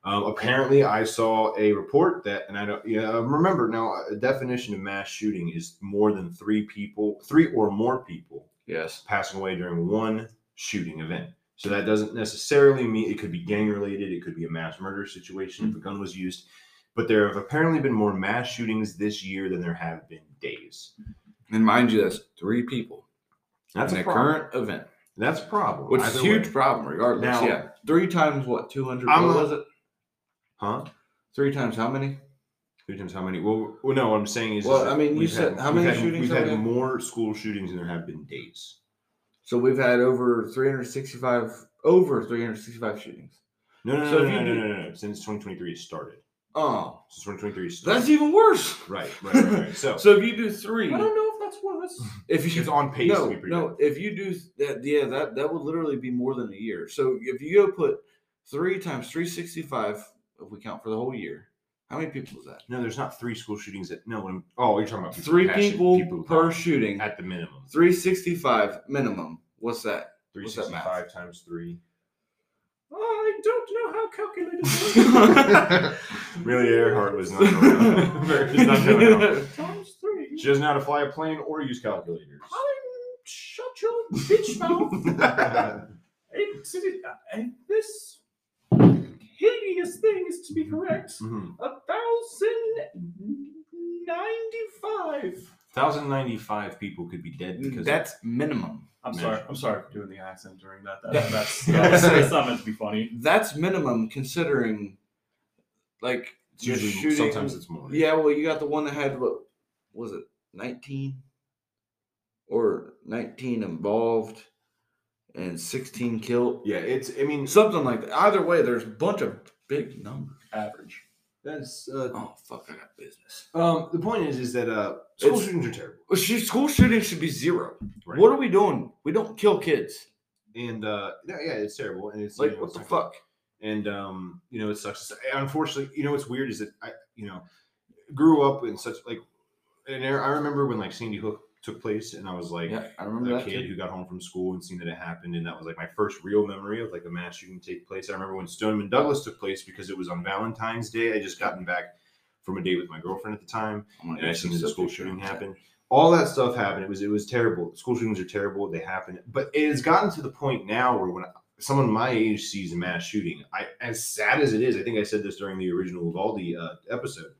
Speaker 1: Um, apparently, I saw a report that, and I don't yeah, remember now. A definition of mass shooting is more than three people, three or more people
Speaker 2: Yes.
Speaker 1: passing away during one shooting event. So that doesn't necessarily mean it could be gang related, it could be a mass murder situation if a gun was used. But there have apparently been more mass shootings this year than there have been days.
Speaker 2: And mind you, that's three people
Speaker 1: That's
Speaker 2: in the
Speaker 1: a problem.
Speaker 2: current event.
Speaker 1: And that's a problem.
Speaker 2: which is
Speaker 1: Either
Speaker 2: a huge
Speaker 1: way.
Speaker 2: problem, regardless.
Speaker 1: Now-
Speaker 2: yeah, three times what? Two hundred?
Speaker 1: I'm
Speaker 2: What
Speaker 1: not-
Speaker 2: was it?
Speaker 1: Huh?
Speaker 2: Three times how many?
Speaker 1: Three times how many? Well, well, no, what I'm saying is.
Speaker 2: Well,
Speaker 1: is that
Speaker 2: I mean, you
Speaker 1: we've
Speaker 2: said-
Speaker 1: had-
Speaker 2: how
Speaker 1: we've
Speaker 2: many
Speaker 1: had-
Speaker 2: shootings
Speaker 1: We've
Speaker 2: have we
Speaker 1: had
Speaker 2: had?
Speaker 1: more school shootings than there have been days.
Speaker 2: So we've had over three hundred sixty-five, over three hundred sixty-five shootings.
Speaker 1: No, no, no,
Speaker 2: So
Speaker 1: no,
Speaker 2: if
Speaker 1: no,
Speaker 2: you
Speaker 1: no,
Speaker 2: do-
Speaker 1: no, no, no. Since 2023 started.
Speaker 2: Oh,
Speaker 1: Since 2023 started.
Speaker 2: that's even worse.
Speaker 1: right, right, right, right. So,
Speaker 2: So if you do three,
Speaker 3: I don't know if that's worse.
Speaker 2: if you
Speaker 1: it's on pace
Speaker 2: no,
Speaker 1: to be pretty
Speaker 2: no, if you do th- that, yeah, that that would literally be more than a year. So if you go put three times three sixty-five, if we count for the whole year, how many people is that?
Speaker 1: No, there's not three school shootings that. No, I'm, oh, you're talking about
Speaker 2: Three
Speaker 1: passing-
Speaker 2: people,
Speaker 1: people
Speaker 2: per
Speaker 1: dying
Speaker 2: shooting.
Speaker 1: at the minimum.
Speaker 2: Three sixty-five minimum. What's that? what's that math?
Speaker 1: 365 times three.
Speaker 3: I don't know how calculators
Speaker 1: really, Earhart was not. knowing- She's not doing it.
Speaker 3: work. Times three.
Speaker 1: She doesn't know how to fly a plane or use calculators.
Speaker 3: I'm shut your bitch mouth. And to- and this hideous thing is to be correct.
Speaker 1: Mhm.
Speaker 3: A thousand ninety-five.
Speaker 1: 1,095 people could be dead because
Speaker 2: That's minimum.
Speaker 3: I'm
Speaker 1: Man.
Speaker 3: sorry. I'm sorry for doing the accent during that. that
Speaker 2: Yeah.
Speaker 3: that's,
Speaker 2: Yeah,
Speaker 3: that's,
Speaker 2: sorry.
Speaker 3: that's not meant to be funny.
Speaker 2: That's minimum considering, like,
Speaker 1: it's usually
Speaker 2: just shooting-
Speaker 1: sometimes it's more.
Speaker 2: yeah. Well, you got the one that had what was it, nineteen, or nineteen involved, and sixteen killed,
Speaker 1: Yeah, it's, I mean,
Speaker 2: something like that. Either way, there's a bunch of big numbers.
Speaker 3: Average.
Speaker 1: that's, uh,
Speaker 2: Oh fuck, I got business.
Speaker 1: um, the point is, is that, uh, school
Speaker 2: It's-
Speaker 1: shootings are terrible.
Speaker 2: Well, shoot- school shooting should be zero.
Speaker 1: Right?
Speaker 2: What are we doing? We don't kill kids.
Speaker 1: and, uh, yeah, yeah, it's terrible. And it's, you
Speaker 2: Like
Speaker 1: know,
Speaker 2: what
Speaker 1: it's
Speaker 2: the
Speaker 1: not-
Speaker 2: fuck?
Speaker 1: and um, you know it sucks. It's- Unfortunately, you know what's weird is that I, you know, grew up in such like, and I remember when like Sandy Hook took place, and I was like
Speaker 2: Yeah, I remember
Speaker 1: a
Speaker 2: that.
Speaker 1: kid
Speaker 2: too.
Speaker 1: who got home from school and seen that it happened, and that was like my first real memory of like a mass shooting take place. I remember when Stoneman Douglas took place because it was on Valentine's Day. I just gotten back from a date with my girlfriend at the time
Speaker 2: I'm gonna
Speaker 1: and I
Speaker 2: get some
Speaker 1: seen the
Speaker 2: stuff
Speaker 1: school
Speaker 2: to
Speaker 1: shooting
Speaker 2: shoot.
Speaker 1: happen. All that stuff happened. It was it was terrible. School shootings are terrible. They happen, but it has gotten to the point now where when someone my age sees a mass shooting, I as sad as it is, I think I said this during the original Uvalde uh, episode.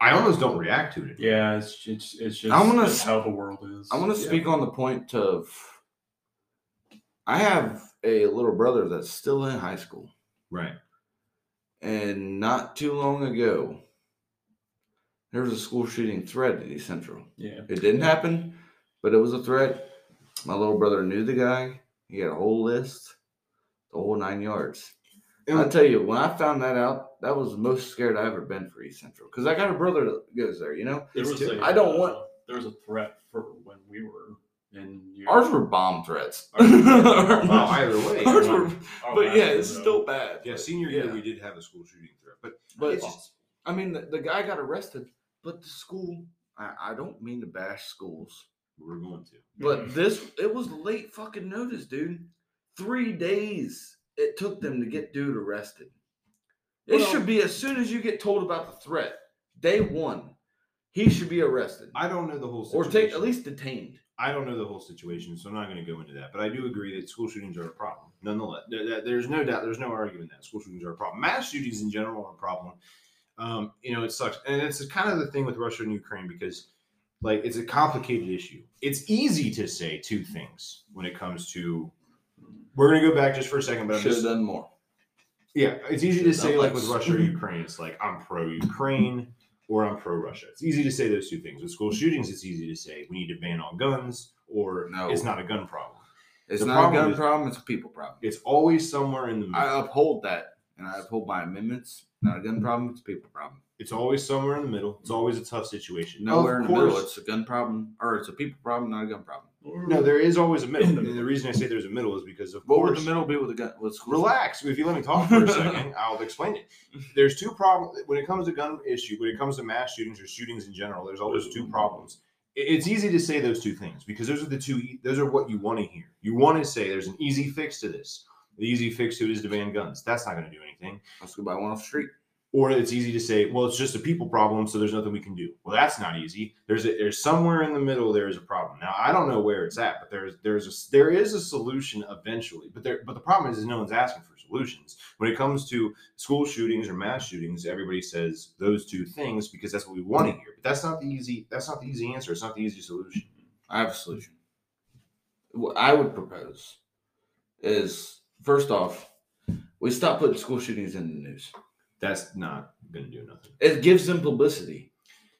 Speaker 1: I almost don't react to it.
Speaker 3: Yeah, it's it's, it's just
Speaker 2: I'm gonna
Speaker 3: it's
Speaker 2: s-
Speaker 3: how the world is.
Speaker 2: I want to
Speaker 1: Yeah.
Speaker 2: speak on the point of I have a little brother that's still in high school,
Speaker 1: Right.
Speaker 2: and not too long ago, there was a school shooting threat at East Central.
Speaker 3: Yeah.
Speaker 2: It didn't happen, but it was a threat. My little brother knew the guy. He had a whole list, the whole nine yards.
Speaker 1: And-
Speaker 2: I tell you, when I found that out, that was the most scared I ever been for East Central because I got a brother that goes there. You know,
Speaker 3: There
Speaker 1: It's
Speaker 3: was
Speaker 1: ter-
Speaker 3: a, uh,
Speaker 2: I don't want-
Speaker 3: there was a threat for when we were in. year-
Speaker 2: ours were bomb threats.
Speaker 1: Oh, Well, either way.
Speaker 2: Ours
Speaker 1: um,
Speaker 2: were
Speaker 3: our
Speaker 2: but
Speaker 3: last
Speaker 2: yeah,
Speaker 3: year,
Speaker 2: it's
Speaker 3: though.
Speaker 2: still bad.
Speaker 1: yeah,
Speaker 2: but-
Speaker 1: senior year
Speaker 2: yeah.
Speaker 1: we did have a school shooting threat, but
Speaker 2: But
Speaker 1: it's just-
Speaker 2: I mean, the, the guy got arrested, but the school. I, I don't mean to bash schools,
Speaker 1: we're going to.
Speaker 3: Mm.
Speaker 2: but this it was late fucking notice, dude. Three days it took them to get dude arrested. It
Speaker 1: Well-
Speaker 2: should be as soon as you get told about the threat, day one, he should be arrested
Speaker 1: I don't know the whole
Speaker 2: or
Speaker 1: situation.
Speaker 2: take at least detained.
Speaker 1: I don't know the whole situation, so I'm not going to go into that. But I do agree that school shootings are a problem. Nonetheless, there- there- there's no doubt, there's no arguing that school shootings are a problem. Mass shootings in general are a problem. Um, you know, it sucks, and it's kind of the thing with Russia and Ukraine because, like, it's a complicated issue. It's easy to say two things when it comes to. We're going to go back just for a second, but I'm
Speaker 2: Should have
Speaker 1: just,
Speaker 2: done more.
Speaker 1: yeah, it's easy to
Speaker 2: Should've
Speaker 1: say
Speaker 2: done
Speaker 1: like
Speaker 2: less.
Speaker 1: with Russia or Ukraine, it's like I'm pro Ukraine or I'm pro Russia. It's easy to say those two things. With school shootings, it's easy to say we need to ban all guns or
Speaker 2: No.
Speaker 1: it's not a gun problem.
Speaker 2: It's
Speaker 1: The
Speaker 2: not a
Speaker 1: problem
Speaker 2: gun
Speaker 1: is-
Speaker 2: problem; it's a people problem.
Speaker 1: It's always somewhere in the middle.
Speaker 2: I uphold that, and I uphold my amendments. Not a gun
Speaker 1: Mm-hmm.
Speaker 2: problem; it's a people problem.
Speaker 1: it's always somewhere in the middle. It's always a tough situation.
Speaker 2: Nowhere in
Speaker 1: Of
Speaker 2: the middle.
Speaker 1: course-
Speaker 2: It's a gun problem, or it's a people problem, not a gun problem.
Speaker 1: No, there is always a middle.
Speaker 3: In the
Speaker 1: And the reason I say there's a middle is because of
Speaker 2: What would
Speaker 1: course
Speaker 2: the middle be with a gun? With school?
Speaker 1: relax. If you let me talk for a second, I'll explain it. There's two problems when it comes to gun issue. When it comes to mass shootings or shootings in general, there's always two problems. I- It's easy to say those two things because those are the two. e- Those are what you want to hear. You want to say there's an easy fix to this. The easy fix to it is to ban guns. That's not going to do anything.
Speaker 2: Let's go by one off the street.
Speaker 1: Or it's easy to say, well, it's just a people problem, so there's nothing we can do. Well, that's not easy. There's a, there's somewhere in the middle there is a problem. Now I don't know where it's at, but there's there's a there is a solution eventually. But there but the problem is, is no one's asking for solutions when it comes to school shootings or mass shootings. Everybody says those two things because that's what we want to hear. But that's not the easy that's not the easy answer. It's not the easy solution.
Speaker 2: I have a solution. What I would propose is first off, we stop putting school shootings in the news.
Speaker 1: That's not gonna do nothing.
Speaker 2: It gives them publicity.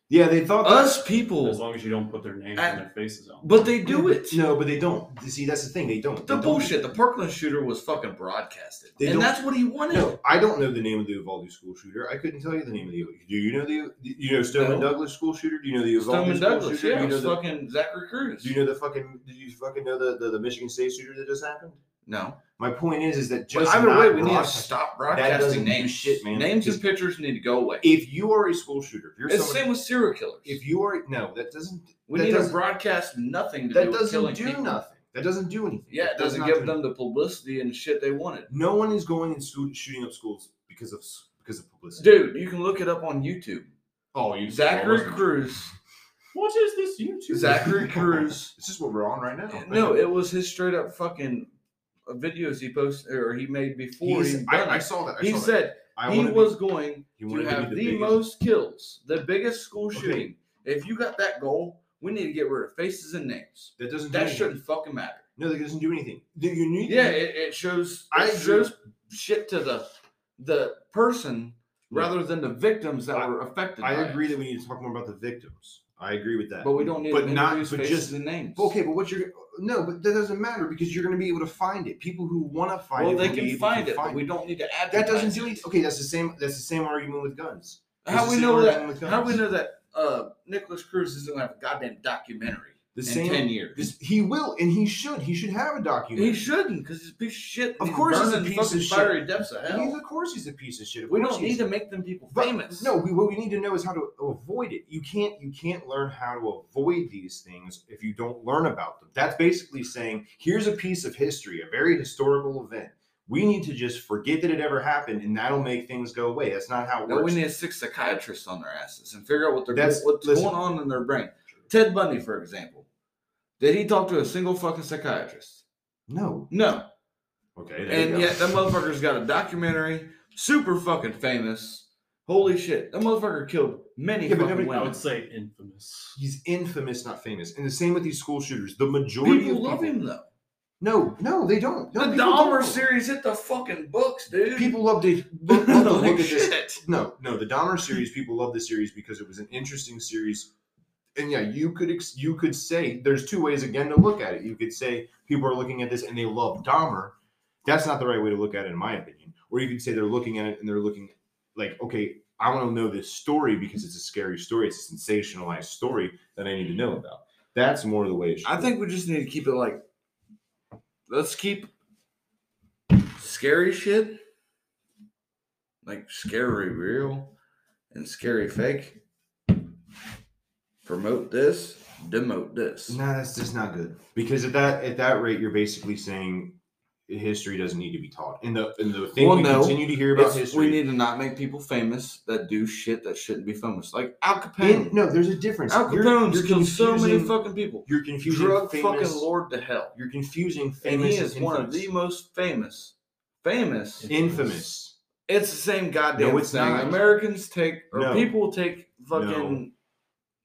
Speaker 1: Yeah, they thought
Speaker 2: Us
Speaker 3: As
Speaker 2: people,
Speaker 3: long as you don't put their names
Speaker 2: Uh,
Speaker 3: and their faces on.
Speaker 2: but they do it.
Speaker 1: No, but they don't. See, that's the thing. They don't.
Speaker 2: The
Speaker 1: They don't.
Speaker 2: bullshit. The Parkland shooter was fucking broadcasted,
Speaker 1: They
Speaker 2: and
Speaker 1: don't-
Speaker 2: that's what he wanted.
Speaker 1: No, I don't know the name of the Uvalde school shooter. I couldn't tell you the name of the. Do you know the? You know Stoneman
Speaker 2: No.
Speaker 1: Douglas school shooter? Do you know the Uvalde
Speaker 2: Stoneman
Speaker 1: school
Speaker 2: Douglas,
Speaker 1: shooter?
Speaker 2: yeah,
Speaker 1: do, you
Speaker 2: it
Speaker 1: know
Speaker 2: was
Speaker 1: the,
Speaker 2: fucking Zachary Cruz.
Speaker 1: do you know the fucking? Do you fucking know the, the, the Michigan State shooter that just happened?
Speaker 2: no,
Speaker 1: My point is, is that
Speaker 2: but
Speaker 1: just
Speaker 2: either
Speaker 1: not
Speaker 2: way, we need to
Speaker 1: broadcast-
Speaker 2: stop
Speaker 1: That doesn't
Speaker 2: broadcasting
Speaker 1: do
Speaker 2: names.
Speaker 1: shit, man,
Speaker 2: Names
Speaker 1: because-
Speaker 2: and pictures need to go away.
Speaker 1: If you are a school shooter, if you're
Speaker 2: It's the
Speaker 1: someone,
Speaker 2: same with serial killers.
Speaker 1: if you are no, that doesn't
Speaker 2: we
Speaker 1: that
Speaker 2: need to
Speaker 1: doesn't-
Speaker 2: broadcast nothing to do
Speaker 1: that
Speaker 2: with
Speaker 1: doesn't
Speaker 2: killing
Speaker 1: do
Speaker 2: people.
Speaker 1: nothing. That doesn't do anything.
Speaker 2: Yeah,
Speaker 1: That
Speaker 2: it
Speaker 1: does
Speaker 2: doesn't
Speaker 1: not do
Speaker 2: give them the publicity and shit they wanted.
Speaker 1: No one is going and shoot, shooting up schools because of s- because of publicity.
Speaker 2: Dude, you can look it up on YouTube.
Speaker 1: oh, you
Speaker 2: Zachary Cruz.
Speaker 3: What is this YouTube?
Speaker 2: Zachary Cruz.
Speaker 1: This is what we're on right now.
Speaker 2: No, it was his straight up fucking uh, videos he posted or he made before
Speaker 1: He's-
Speaker 2: he
Speaker 1: I,
Speaker 2: done
Speaker 1: I
Speaker 2: it.
Speaker 1: saw that. I
Speaker 2: He
Speaker 1: saw that.
Speaker 2: said
Speaker 1: I
Speaker 2: he
Speaker 1: wanna be-
Speaker 2: was going
Speaker 1: he
Speaker 2: to
Speaker 1: wanted
Speaker 2: have the,
Speaker 1: be biggest-
Speaker 2: most kills, the biggest school
Speaker 1: Okay.
Speaker 2: shooting. If you got that goal, we need to get rid of faces and names.
Speaker 1: That doesn't.
Speaker 2: That
Speaker 1: do anything.
Speaker 2: shouldn't fucking matter.
Speaker 1: No, that doesn't do anything. Do You need.
Speaker 2: Yeah, it, it shows.
Speaker 1: I
Speaker 2: It
Speaker 1: agree.
Speaker 2: shows shit to the the person rather than the victims that
Speaker 1: I-
Speaker 2: were affected.
Speaker 1: I
Speaker 2: by it.
Speaker 1: agree that we need to talk more about the victims. I agree with that.
Speaker 2: but we don't need to
Speaker 1: But not-
Speaker 2: introduce
Speaker 1: but
Speaker 2: faces
Speaker 1: just-
Speaker 2: and names.
Speaker 1: Okay, but what you're no, but that doesn't matter because you're going to be able to find it. People who want to find
Speaker 2: Well,
Speaker 1: it,
Speaker 2: they
Speaker 1: will be
Speaker 2: can
Speaker 1: able
Speaker 2: find
Speaker 1: to
Speaker 2: it, but we don't need to advertise.
Speaker 1: That doesn't do
Speaker 2: it.
Speaker 1: anything. Okay, that's the same. That's the same argument with guns.
Speaker 2: How
Speaker 1: It's
Speaker 2: we
Speaker 1: the
Speaker 2: know
Speaker 1: same
Speaker 2: that?
Speaker 1: argument with
Speaker 2: How we
Speaker 1: guns.
Speaker 2: know that uh, Nicholas Cruz isn't gonna have a goddamn documentary
Speaker 1: The
Speaker 2: in
Speaker 1: same.
Speaker 2: ten years?
Speaker 1: this- he will, and he should. He should have a document.
Speaker 2: he shouldn't, because he's a piece of shit. and
Speaker 1: Of
Speaker 2: he's
Speaker 1: course he's a
Speaker 2: burning
Speaker 1: piece of
Speaker 2: fucking
Speaker 1: shit.
Speaker 2: fiery depths of hell.
Speaker 1: He's- of course, he's a piece of shit. Of
Speaker 2: we
Speaker 1: course
Speaker 2: don't
Speaker 1: he is.
Speaker 2: need to make them people
Speaker 1: But-
Speaker 2: famous.
Speaker 1: No, we, what we need to know is how to avoid it. You can't you can't learn how to avoid these things if you don't learn about them. That's basically saying here's a piece of history, a very historical event. We need to just forget that it ever happened, and that'll make things go away. That's not how it
Speaker 2: No,
Speaker 1: works.
Speaker 2: we need six psychiatrists on their asses and figure out what they're
Speaker 1: That's-
Speaker 2: what's
Speaker 1: listen.
Speaker 2: going on in their brain. Ted Bundy, for example, did he talk to a single fucking psychiatrist?
Speaker 1: no.
Speaker 2: No.
Speaker 1: Okay. there you
Speaker 2: And
Speaker 1: go.
Speaker 2: yet that motherfucker's got a documentary, super fucking famous. Holy shit, that motherfucker killed many
Speaker 1: Yeah, but
Speaker 2: fucking
Speaker 1: nobody-
Speaker 2: women.
Speaker 3: I would say infamous.
Speaker 1: he's infamous, not famous. And the same with these school shooters. The majority
Speaker 2: people
Speaker 1: of
Speaker 2: love
Speaker 1: people,
Speaker 2: him though.
Speaker 1: No, no, they don't. No,
Speaker 2: the
Speaker 1: people
Speaker 2: Dahmer
Speaker 1: don't.
Speaker 2: series hit the fucking books, dude.
Speaker 1: People love to love, love to
Speaker 2: Holy
Speaker 1: look at this
Speaker 2: shit.
Speaker 1: No, no, the Dahmer series. People love the series because it was an interesting series, and yeah, you could ex- you could say there's two ways again to look at it. You could say people are looking at this and they love Dahmer. That's not the right way to look at it, in my opinion. Or you could say they're looking at it and they're looking like, okay, I want to know this story because it's a scary story. It's a sensationalized story that I need to know about. That's more the way it should.
Speaker 2: I
Speaker 1: be.
Speaker 2: think we just need to keep it like let's keep scary shit like scary real and scary fake. Promote this, demote this.
Speaker 1: No, that's just not good. Because at that at that rate, you're basically saying history doesn't need to be taught. And the and the thing
Speaker 2: Well,
Speaker 1: we
Speaker 2: no.
Speaker 1: continue to hear about
Speaker 2: It's-
Speaker 1: history.
Speaker 2: we need to not make people famous that do shit that shouldn't be famous. Like Al Capone.
Speaker 1: and, no, there's a difference.
Speaker 2: Al
Speaker 1: You're-
Speaker 2: Capone's
Speaker 1: you're
Speaker 2: killed so many
Speaker 1: confusing-
Speaker 2: fucking people.
Speaker 1: You're confusing
Speaker 2: Drug
Speaker 1: famous.
Speaker 2: fucking lord to hell.
Speaker 1: You're confusing famous.
Speaker 2: And he is
Speaker 1: and
Speaker 2: one of the
Speaker 1: infamous.
Speaker 2: most famous. Famous.
Speaker 1: infamous.
Speaker 2: It's the same goddamn
Speaker 1: No, it's
Speaker 2: thing.
Speaker 1: not.
Speaker 2: Americans take or
Speaker 1: No.
Speaker 2: people take fucking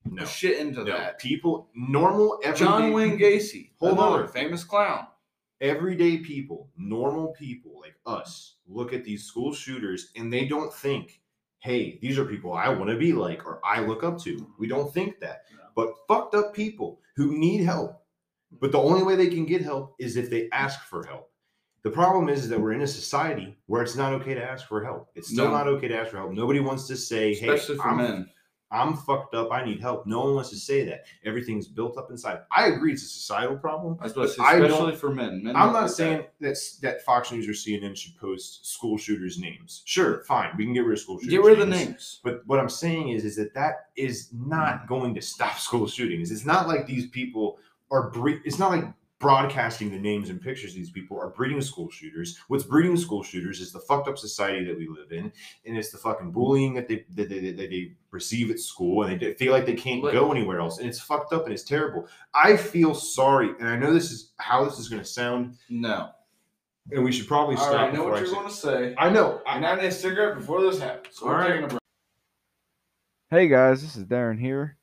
Speaker 1: No,
Speaker 2: shit into
Speaker 1: no.
Speaker 2: that.
Speaker 1: People, normal, everyday,
Speaker 2: John Wayne Gacy,
Speaker 1: Hold
Speaker 2: another
Speaker 1: on.
Speaker 2: famous clown.
Speaker 1: everyday people, normal people like us, look at these school shooters and they don't think, "Hey, these are people I want to be like or I look up to." We don't think that.
Speaker 3: No.
Speaker 1: but fucked up people who need help. But the only way they can get help is if they ask for help. The problem is, is that we're in a society where it's not okay to ask for help. It's still
Speaker 2: No.
Speaker 1: not okay to ask for help. Nobody wants to say, "Hey,
Speaker 2: Especially for
Speaker 1: I'm,
Speaker 2: men.
Speaker 1: I'm fucked up. I need help." No one wants to say that. Everything's built up inside. I agree, it's a societal problem.
Speaker 2: I was about to say,
Speaker 1: I don't-
Speaker 2: especially for men. men
Speaker 1: I'm
Speaker 2: don't
Speaker 1: not
Speaker 2: like
Speaker 1: saying
Speaker 2: that.
Speaker 1: that that Fox News or CNN should post school shooters' names. Sure, fine, we can get rid of school shooters.
Speaker 2: get rid of the
Speaker 1: names.
Speaker 2: names. Hmm.
Speaker 1: But what I'm saying is, is that that is not going to stop school shootings. It's not like these people are. Bre- it's not like broadcasting the names and pictures of these people are breeding school shooters. What's breeding school shooters is the fucked up society that we live in, and it's the fucking bullying that they that they, that they receive at school, and they feel like they can't
Speaker 2: But-
Speaker 1: go anywhere else, and it's fucked up and it's terrible. I feel sorry, and I know this is how this is going to sound,
Speaker 2: No.
Speaker 1: and we should probably
Speaker 2: All
Speaker 1: stop.
Speaker 2: right, I know
Speaker 1: before
Speaker 2: what you're
Speaker 1: say-
Speaker 2: going to say.
Speaker 1: I know. I,
Speaker 2: And I need a cigarette before this happens. So
Speaker 1: All
Speaker 2: we're
Speaker 1: right.
Speaker 2: taking a break.
Speaker 4: Hey guys, this is Darren here,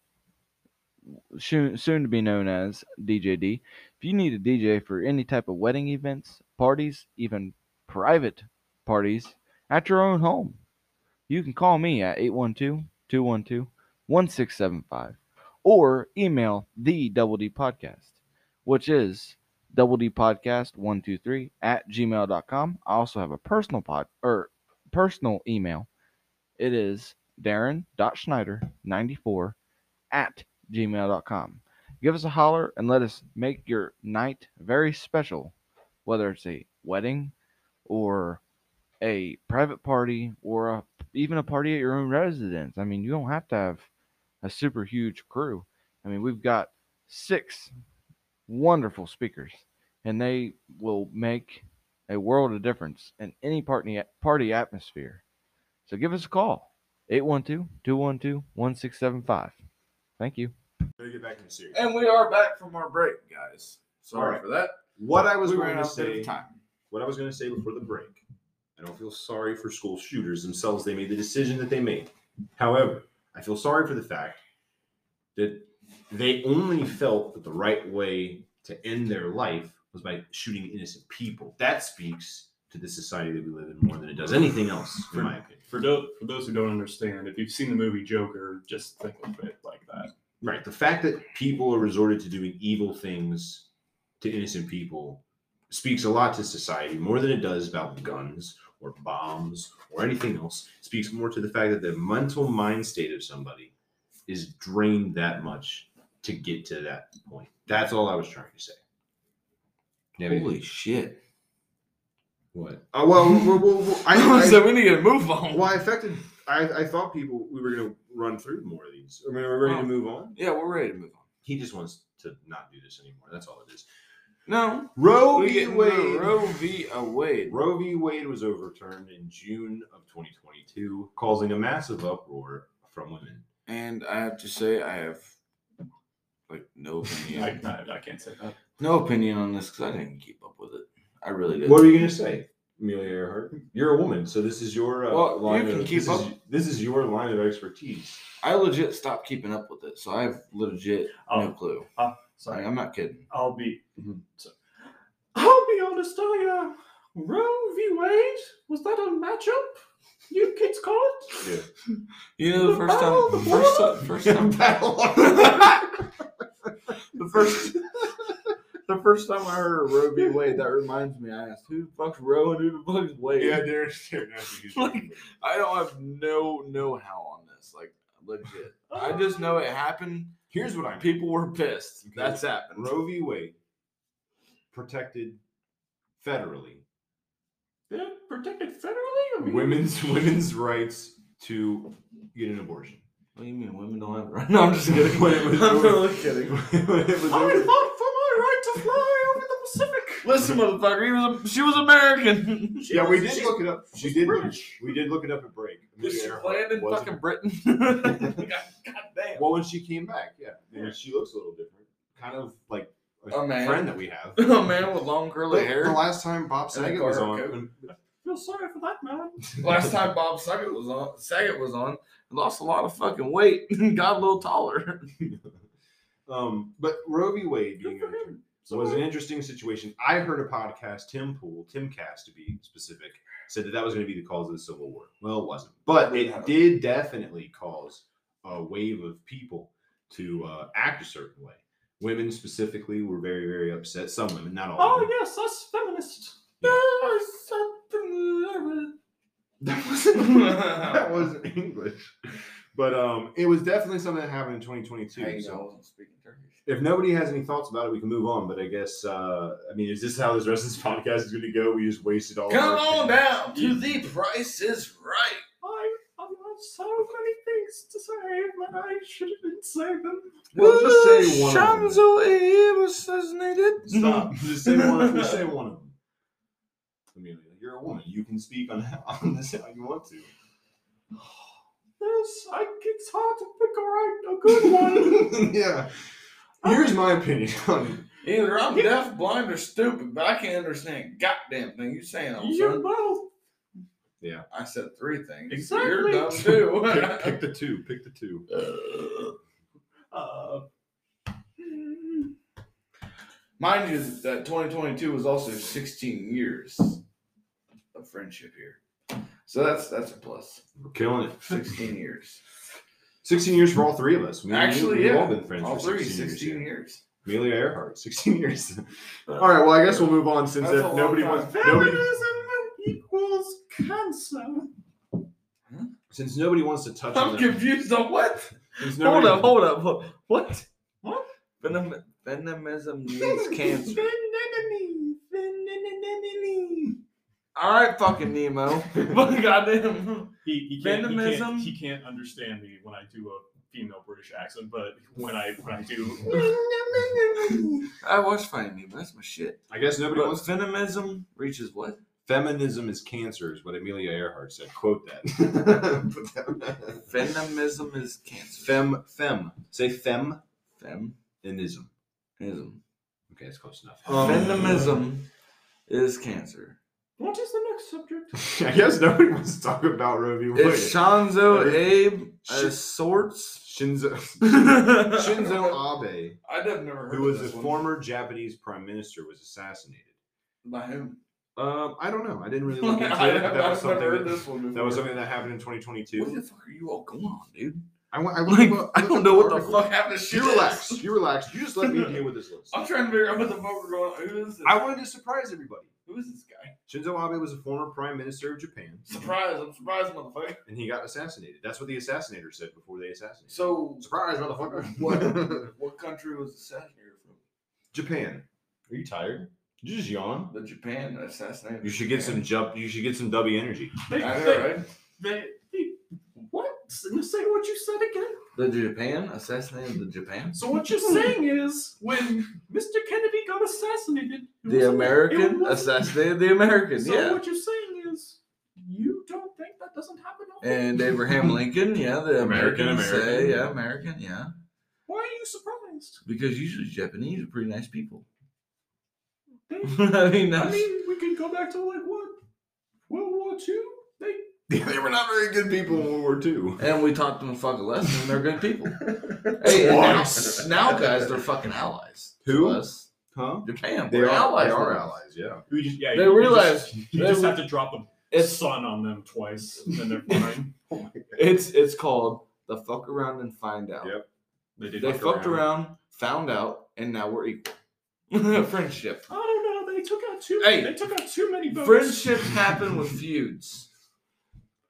Speaker 4: soon, soon to be known as DJD. If you need a DJ for any type of wedding events, parties, even private parties at your own home. You can call me at 812 212 1675 or email the Double D Podcast, which is double D podcast 123 at gmail.com. I also have a personal pod or personal email. It is darren.schneider94 at gmail.com. Give us a holler and let us make your night very special, whether it's a wedding or a private party or a, even a party at your own residence. I mean, you don't have to have a super huge crew. I mean, we've got six wonderful speakers, and they will make a world of difference in any party party atmosphere. So give us a call 812-212-1675. Thank you.
Speaker 1: Better get back in the series.
Speaker 2: And we are back from our break, guys. Sorry
Speaker 1: Alright.
Speaker 2: for that.
Speaker 1: What I was
Speaker 2: we
Speaker 1: going
Speaker 2: ran
Speaker 1: to
Speaker 2: out a bit
Speaker 1: say,
Speaker 2: of time.
Speaker 1: what I was going to say before the break, I don't feel sorry for school shooters themselves. They made the decision that they made. However, I feel sorry for the fact that they only felt that the right way to end their life was by shooting innocent people. That speaks to the society that we live in more than it does anything else, in my opinion.
Speaker 3: For, do- for those who don't understand, if you've seen the movie Joker, just think of it like that.
Speaker 1: Right. The fact that people are resorted to doing evil things to innocent people speaks a lot to society more than it does about guns or bombs or anything else. It speaks more to the fact that the mental mind state of somebody is drained that much to get to that point. That's all I was trying to say. Yeah,
Speaker 2: Holy shit.
Speaker 1: what? Oh well, well, well, well, I, I,
Speaker 2: so we need to move on.
Speaker 1: well, I affected. I, I thought people we were going to run through more of these. I mean, we're ready to move on.
Speaker 2: Yeah, we're ready to move on.
Speaker 1: He just wants to not do this anymore. That's all it is.
Speaker 2: No.
Speaker 1: Roe
Speaker 2: we
Speaker 1: v.
Speaker 2: get
Speaker 1: Wade.
Speaker 2: Roe v. Wade.
Speaker 1: Roe v. Wade was overturned in June of 2022, causing a massive uproar from women.
Speaker 2: And I have to say, I have like no
Speaker 3: I,
Speaker 2: opinion.
Speaker 3: I, I can't say that.
Speaker 2: no opinion on this because I didn't keep up with it. I really did.
Speaker 1: What are you going to say, Amelia Earhart? You're a woman, so this is your uh,
Speaker 2: Well, you
Speaker 1: line.
Speaker 2: can
Speaker 1: of,
Speaker 2: keep
Speaker 1: this
Speaker 2: up-
Speaker 1: Is, this is your line of expertise.
Speaker 2: I legit stopped keeping up with it, so I have legit
Speaker 1: Oh,
Speaker 2: no Mm-hmm.
Speaker 3: I'll,
Speaker 2: clue. Like,
Speaker 3: Um, sorry,
Speaker 2: I'm not kidding.
Speaker 3: I'll be. So, I'll be honest. I uh, Roe v. Wade was that a matchup? You kids call it?
Speaker 1: Yeah.
Speaker 2: You know, the
Speaker 3: The
Speaker 2: first
Speaker 3: battle
Speaker 2: time,
Speaker 3: of the
Speaker 2: first time, first time, the first, the first time I heard of Roe v. Wade, that reminds me. I asked, "Who the fuck's Roe and who the fuck's Wade?"
Speaker 1: there's
Speaker 2: Like- I don't have no know how on this. Like legit,
Speaker 3: Uh,
Speaker 2: I just know it happened.
Speaker 1: Here's what I know.
Speaker 2: People were pissed. That's happened.
Speaker 1: Roe v. Wade protected federally
Speaker 3: They're protected federally. I mean,
Speaker 1: women's women's rights to get an abortion.
Speaker 2: What do you mean women don't have rights? No, I'm just kidding.
Speaker 1: When it was
Speaker 2: I'm
Speaker 1: over-
Speaker 2: really kidding.
Speaker 1: When it was
Speaker 3: I
Speaker 1: over-
Speaker 3: fought for my right to fly over the Pacific.
Speaker 2: Listen, motherfucker, he was a, she was American.
Speaker 3: She
Speaker 1: Yeah, we
Speaker 3: was-
Speaker 1: did
Speaker 3: she-
Speaker 1: look it up. We
Speaker 3: she's
Speaker 1: did.
Speaker 3: British.
Speaker 1: We did look it up at break.
Speaker 2: Did she
Speaker 1: Amelia
Speaker 2: land in
Speaker 1: Earhart was-
Speaker 2: fucking Britain?
Speaker 3: God damn.
Speaker 1: Well, when she came back, yeah,
Speaker 3: Yeah.
Speaker 1: she looks a little different, kind of like a
Speaker 2: A man.
Speaker 1: friend that we have.
Speaker 2: a Oh, man with long curly
Speaker 1: But
Speaker 2: hair.
Speaker 1: The last time Bob
Speaker 2: And a
Speaker 1: Saget was
Speaker 2: garter
Speaker 1: on,
Speaker 3: feel sorry for that man.
Speaker 2: Last time Bob Saget was on, Saget was on, lost a lot of fucking weight, got a little taller.
Speaker 1: um, but Roe v.
Speaker 3: Good
Speaker 1: Wade being
Speaker 3: for
Speaker 1: overturned
Speaker 3: him.
Speaker 1: So it was an interesting situation. I heard a podcast, Tim Pool, Tim Cast to be specific, said that that was going to be the cause of the Civil War. Well, it wasn't, but
Speaker 2: We
Speaker 1: it
Speaker 2: have-
Speaker 1: did definitely cause a wave of people to uh, act a certain way. Women specifically were very, very upset. Some women, not all.
Speaker 3: Oh
Speaker 1: women.
Speaker 3: yes, us feminists.
Speaker 2: There's something
Speaker 1: That wasn't that wasn't English, but um, it was definitely something that happened in 2022. so-
Speaker 2: wasn't speaking Turkish.
Speaker 1: if nobody has any thoughts about it, we can move on. But I guess, uh, I mean, is this how this rest of this podcast is going to go? We just wasted all. of
Speaker 2: Come
Speaker 1: our-
Speaker 2: on down to the Price is Right.
Speaker 3: I I have so many things to say, but I should have been saying them.
Speaker 1: Well, just say one. Of them.
Speaker 2: Shamzo was assassinated.
Speaker 1: Stop. just say one. Just say one of them. Amelia, you're a woman. You can speak on on this how you want to.
Speaker 3: This I, it's hard to pick a right a good one.
Speaker 1: yeah. Here's my opinion on it.
Speaker 2: Either I'm deaf, blind, or stupid, but I can't understand goddamn thing you're saying. old
Speaker 3: You're
Speaker 2: son.
Speaker 3: both.
Speaker 2: I said three things.
Speaker 3: Exactly.
Speaker 2: You're dumb too.
Speaker 1: Pick, pick the two. Pick the two.
Speaker 3: Uh, hmm.
Speaker 2: Mind you, that 2022 was also 16 years of friendship here. So that's that's a plus.
Speaker 1: We're killing it.
Speaker 2: 16 years.
Speaker 1: 16 years for all three of us. Me and you,
Speaker 2: Actually,
Speaker 1: we've
Speaker 2: yeah.
Speaker 1: all been friends
Speaker 2: All
Speaker 1: for
Speaker 2: three,
Speaker 1: 16,
Speaker 2: 16
Speaker 1: years.
Speaker 2: years.
Speaker 1: yeah. Amelia Earhart, 16 years. all right, well, I guess we'll move on since
Speaker 2: That's a
Speaker 1: if
Speaker 2: long
Speaker 1: nobody
Speaker 2: time.
Speaker 1: wants nobody,
Speaker 3: Feminism equals cancer.
Speaker 1: since nobody wants to touch on
Speaker 2: I'm
Speaker 1: that,
Speaker 2: confused on what?
Speaker 1: since
Speaker 2: Hold
Speaker 1: nobody,
Speaker 2: up, hold up. hold- What?
Speaker 3: What?
Speaker 2: Venom, venomism means cancer.
Speaker 3: Feminism, feminism.
Speaker 2: All right, fucking Nemo. Goddamn.
Speaker 3: He, he, can't, he,
Speaker 2: Feminism?
Speaker 3: can't, he can't understand me when I do a female British accent, but when I when I do
Speaker 2: I watched Finding Nemo. That's my shit.
Speaker 1: I guess nobody
Speaker 2: But
Speaker 1: wants.
Speaker 2: venomism reaches what?
Speaker 1: Feminism is cancer, is what Amelia Earhart said. Quote that. Put that.
Speaker 2: Venomism is cancer.
Speaker 1: Fem, fem. Say fem
Speaker 2: Fem.
Speaker 1: and ism.
Speaker 2: Feminism.
Speaker 1: Okay, that's close enough.
Speaker 3: Um,
Speaker 2: Venomism is cancer.
Speaker 3: what is the next subject?
Speaker 1: I guess nobody wants to talk about Roe v. Wade.
Speaker 2: It's Shanzo
Speaker 1: Every-
Speaker 2: Abe uh,
Speaker 1: Shit.
Speaker 2: Sorts.
Speaker 1: Shinzo,
Speaker 2: Shinzo.
Speaker 1: Shinzo Abe,
Speaker 2: I've never
Speaker 1: who was a former Japanese prime minister, was assassinated.
Speaker 2: by whom?
Speaker 1: Um, I don't know. I didn't really look into it. but That was something that,
Speaker 2: this one before.
Speaker 1: that was something that happened in
Speaker 2: What
Speaker 1: 2022.
Speaker 2: the fuck are you all going on, dude?
Speaker 1: I, went, I, looked
Speaker 2: Like,
Speaker 1: up-
Speaker 2: I
Speaker 1: looked
Speaker 2: don't
Speaker 1: up
Speaker 2: know what the
Speaker 1: article.
Speaker 2: fuck happened to
Speaker 1: You
Speaker 2: Shinzo.
Speaker 1: relax. You relax. You just let me deal with this list.
Speaker 2: I'm trying to figure out what the fuck we're going on. Who is this?
Speaker 1: I wanted to surprise everybody.
Speaker 2: Who is this guy?
Speaker 1: Shinzo Abe was a former prime minister of Japan,
Speaker 2: Surprise! I'm surprised, motherfucker.
Speaker 1: and he got assassinated. That's what the assassinator said before they assassinated. him.
Speaker 2: So,
Speaker 1: surprise, motherfucker!
Speaker 2: what? what country was assassinated from?
Speaker 1: Japan. Are you tired? Did you just yawn?
Speaker 2: The Japan assassinated.
Speaker 1: You should get some
Speaker 2: Japan.
Speaker 1: jump. You should get some W energy.
Speaker 3: They,
Speaker 2: I
Speaker 3: they-
Speaker 2: know, right?
Speaker 3: they- they- what? Say what you said again.
Speaker 2: The Japan assassinated the Japan.
Speaker 3: So what you're saying is, when Mr. Kennedy got assassinated, it
Speaker 2: The
Speaker 3: wasn't- it
Speaker 2: American
Speaker 3: wasn't-
Speaker 2: assassinated the American.
Speaker 3: So
Speaker 2: yeah.
Speaker 3: what you're saying is, you don't think that doesn't happen? Often?
Speaker 2: And Abraham Lincoln, yeah, the
Speaker 1: American,
Speaker 2: American, say,
Speaker 1: American.
Speaker 2: yeah, American, yeah,
Speaker 3: Why are you surprised?
Speaker 2: because usually Japanese are pretty nice people.
Speaker 3: They,
Speaker 2: I mean,
Speaker 3: I
Speaker 2: that's,
Speaker 3: mean, we can go back to like what World War II. They
Speaker 1: they were not very good people in World War II.
Speaker 2: and we taught them a fucking lesson. and They're good people. hey, and now, now guys, they're fucking allies. to
Speaker 1: Who?
Speaker 2: us.
Speaker 1: Huh?
Speaker 2: Japan.
Speaker 1: They
Speaker 2: we're
Speaker 1: are
Speaker 2: allies.
Speaker 1: allies. They are
Speaker 2: now.
Speaker 1: allies. Yeah.
Speaker 3: we just, yeah,
Speaker 2: They
Speaker 3: you- you
Speaker 2: realize
Speaker 3: just- you
Speaker 2: they
Speaker 3: just
Speaker 2: re-
Speaker 3: have to drop a
Speaker 2: It's
Speaker 3: sun on them twice, and then they're fine.
Speaker 2: it's it's called the fuck around and find out.
Speaker 1: Yep.
Speaker 3: did
Speaker 2: They
Speaker 3: fuck
Speaker 2: fucked around, found out, and now we're equal. Friendship.
Speaker 3: I don't know. They took out too.
Speaker 2: Hey,
Speaker 3: they took out too many votes.
Speaker 2: Friendships happen with feuds.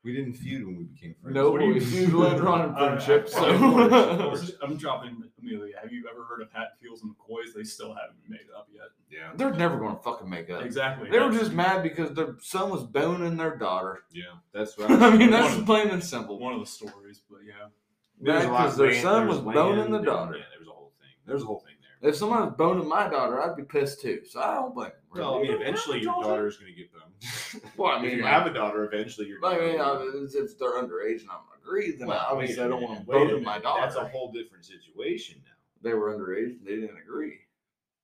Speaker 1: We didn't feud when we became friends.
Speaker 2: No,
Speaker 3: What
Speaker 2: but
Speaker 3: do you-
Speaker 2: we feud later on in
Speaker 3: Uh,
Speaker 2: friendship.
Speaker 3: I- I- I- I
Speaker 2: So
Speaker 3: was just- I'm dropping Amelia. Have you ever heard of Hatfields and McCoys? They still haven't made up yet.
Speaker 1: Yeah.
Speaker 2: they're never going to fucking make up.
Speaker 3: Exactly.
Speaker 2: They were
Speaker 3: That's
Speaker 2: just mad because their son was boning their daughter.
Speaker 1: Yeah. That's what
Speaker 2: I mean, that's
Speaker 3: One of-
Speaker 2: plain and simple.
Speaker 3: one of the stories, but yeah.
Speaker 2: Mad
Speaker 1: There's a lot
Speaker 2: because
Speaker 1: of
Speaker 2: their
Speaker 1: land-
Speaker 2: son
Speaker 1: there's
Speaker 2: was boning the
Speaker 1: land,
Speaker 2: daughter.
Speaker 1: Yeah, there was a whole thing. There's a whole thing there.
Speaker 2: If someone was boning my daughter, I'd be pissed too. So I don't blame them.
Speaker 1: Well, I
Speaker 2: Really.
Speaker 1: mean,
Speaker 3: don't have
Speaker 1: eventually
Speaker 3: a
Speaker 1: your
Speaker 3: daughter.
Speaker 1: daughter is going to get boned.
Speaker 2: Well, I
Speaker 1: if
Speaker 2: mean,
Speaker 1: you
Speaker 2: like-
Speaker 1: have a daughter, eventually you're.
Speaker 2: I
Speaker 1: gonna
Speaker 2: mean,
Speaker 1: get boned.
Speaker 2: obviously, if they're underage and I'm agree, then
Speaker 1: Well,
Speaker 2: obviously
Speaker 1: wait
Speaker 2: I
Speaker 1: a
Speaker 2: don't want
Speaker 1: minute,
Speaker 2: to
Speaker 1: wait a
Speaker 2: bone
Speaker 1: minute.
Speaker 2: my
Speaker 1: That's a
Speaker 2: daughter.
Speaker 1: whole different situation now.
Speaker 2: They were underage and they didn't agree.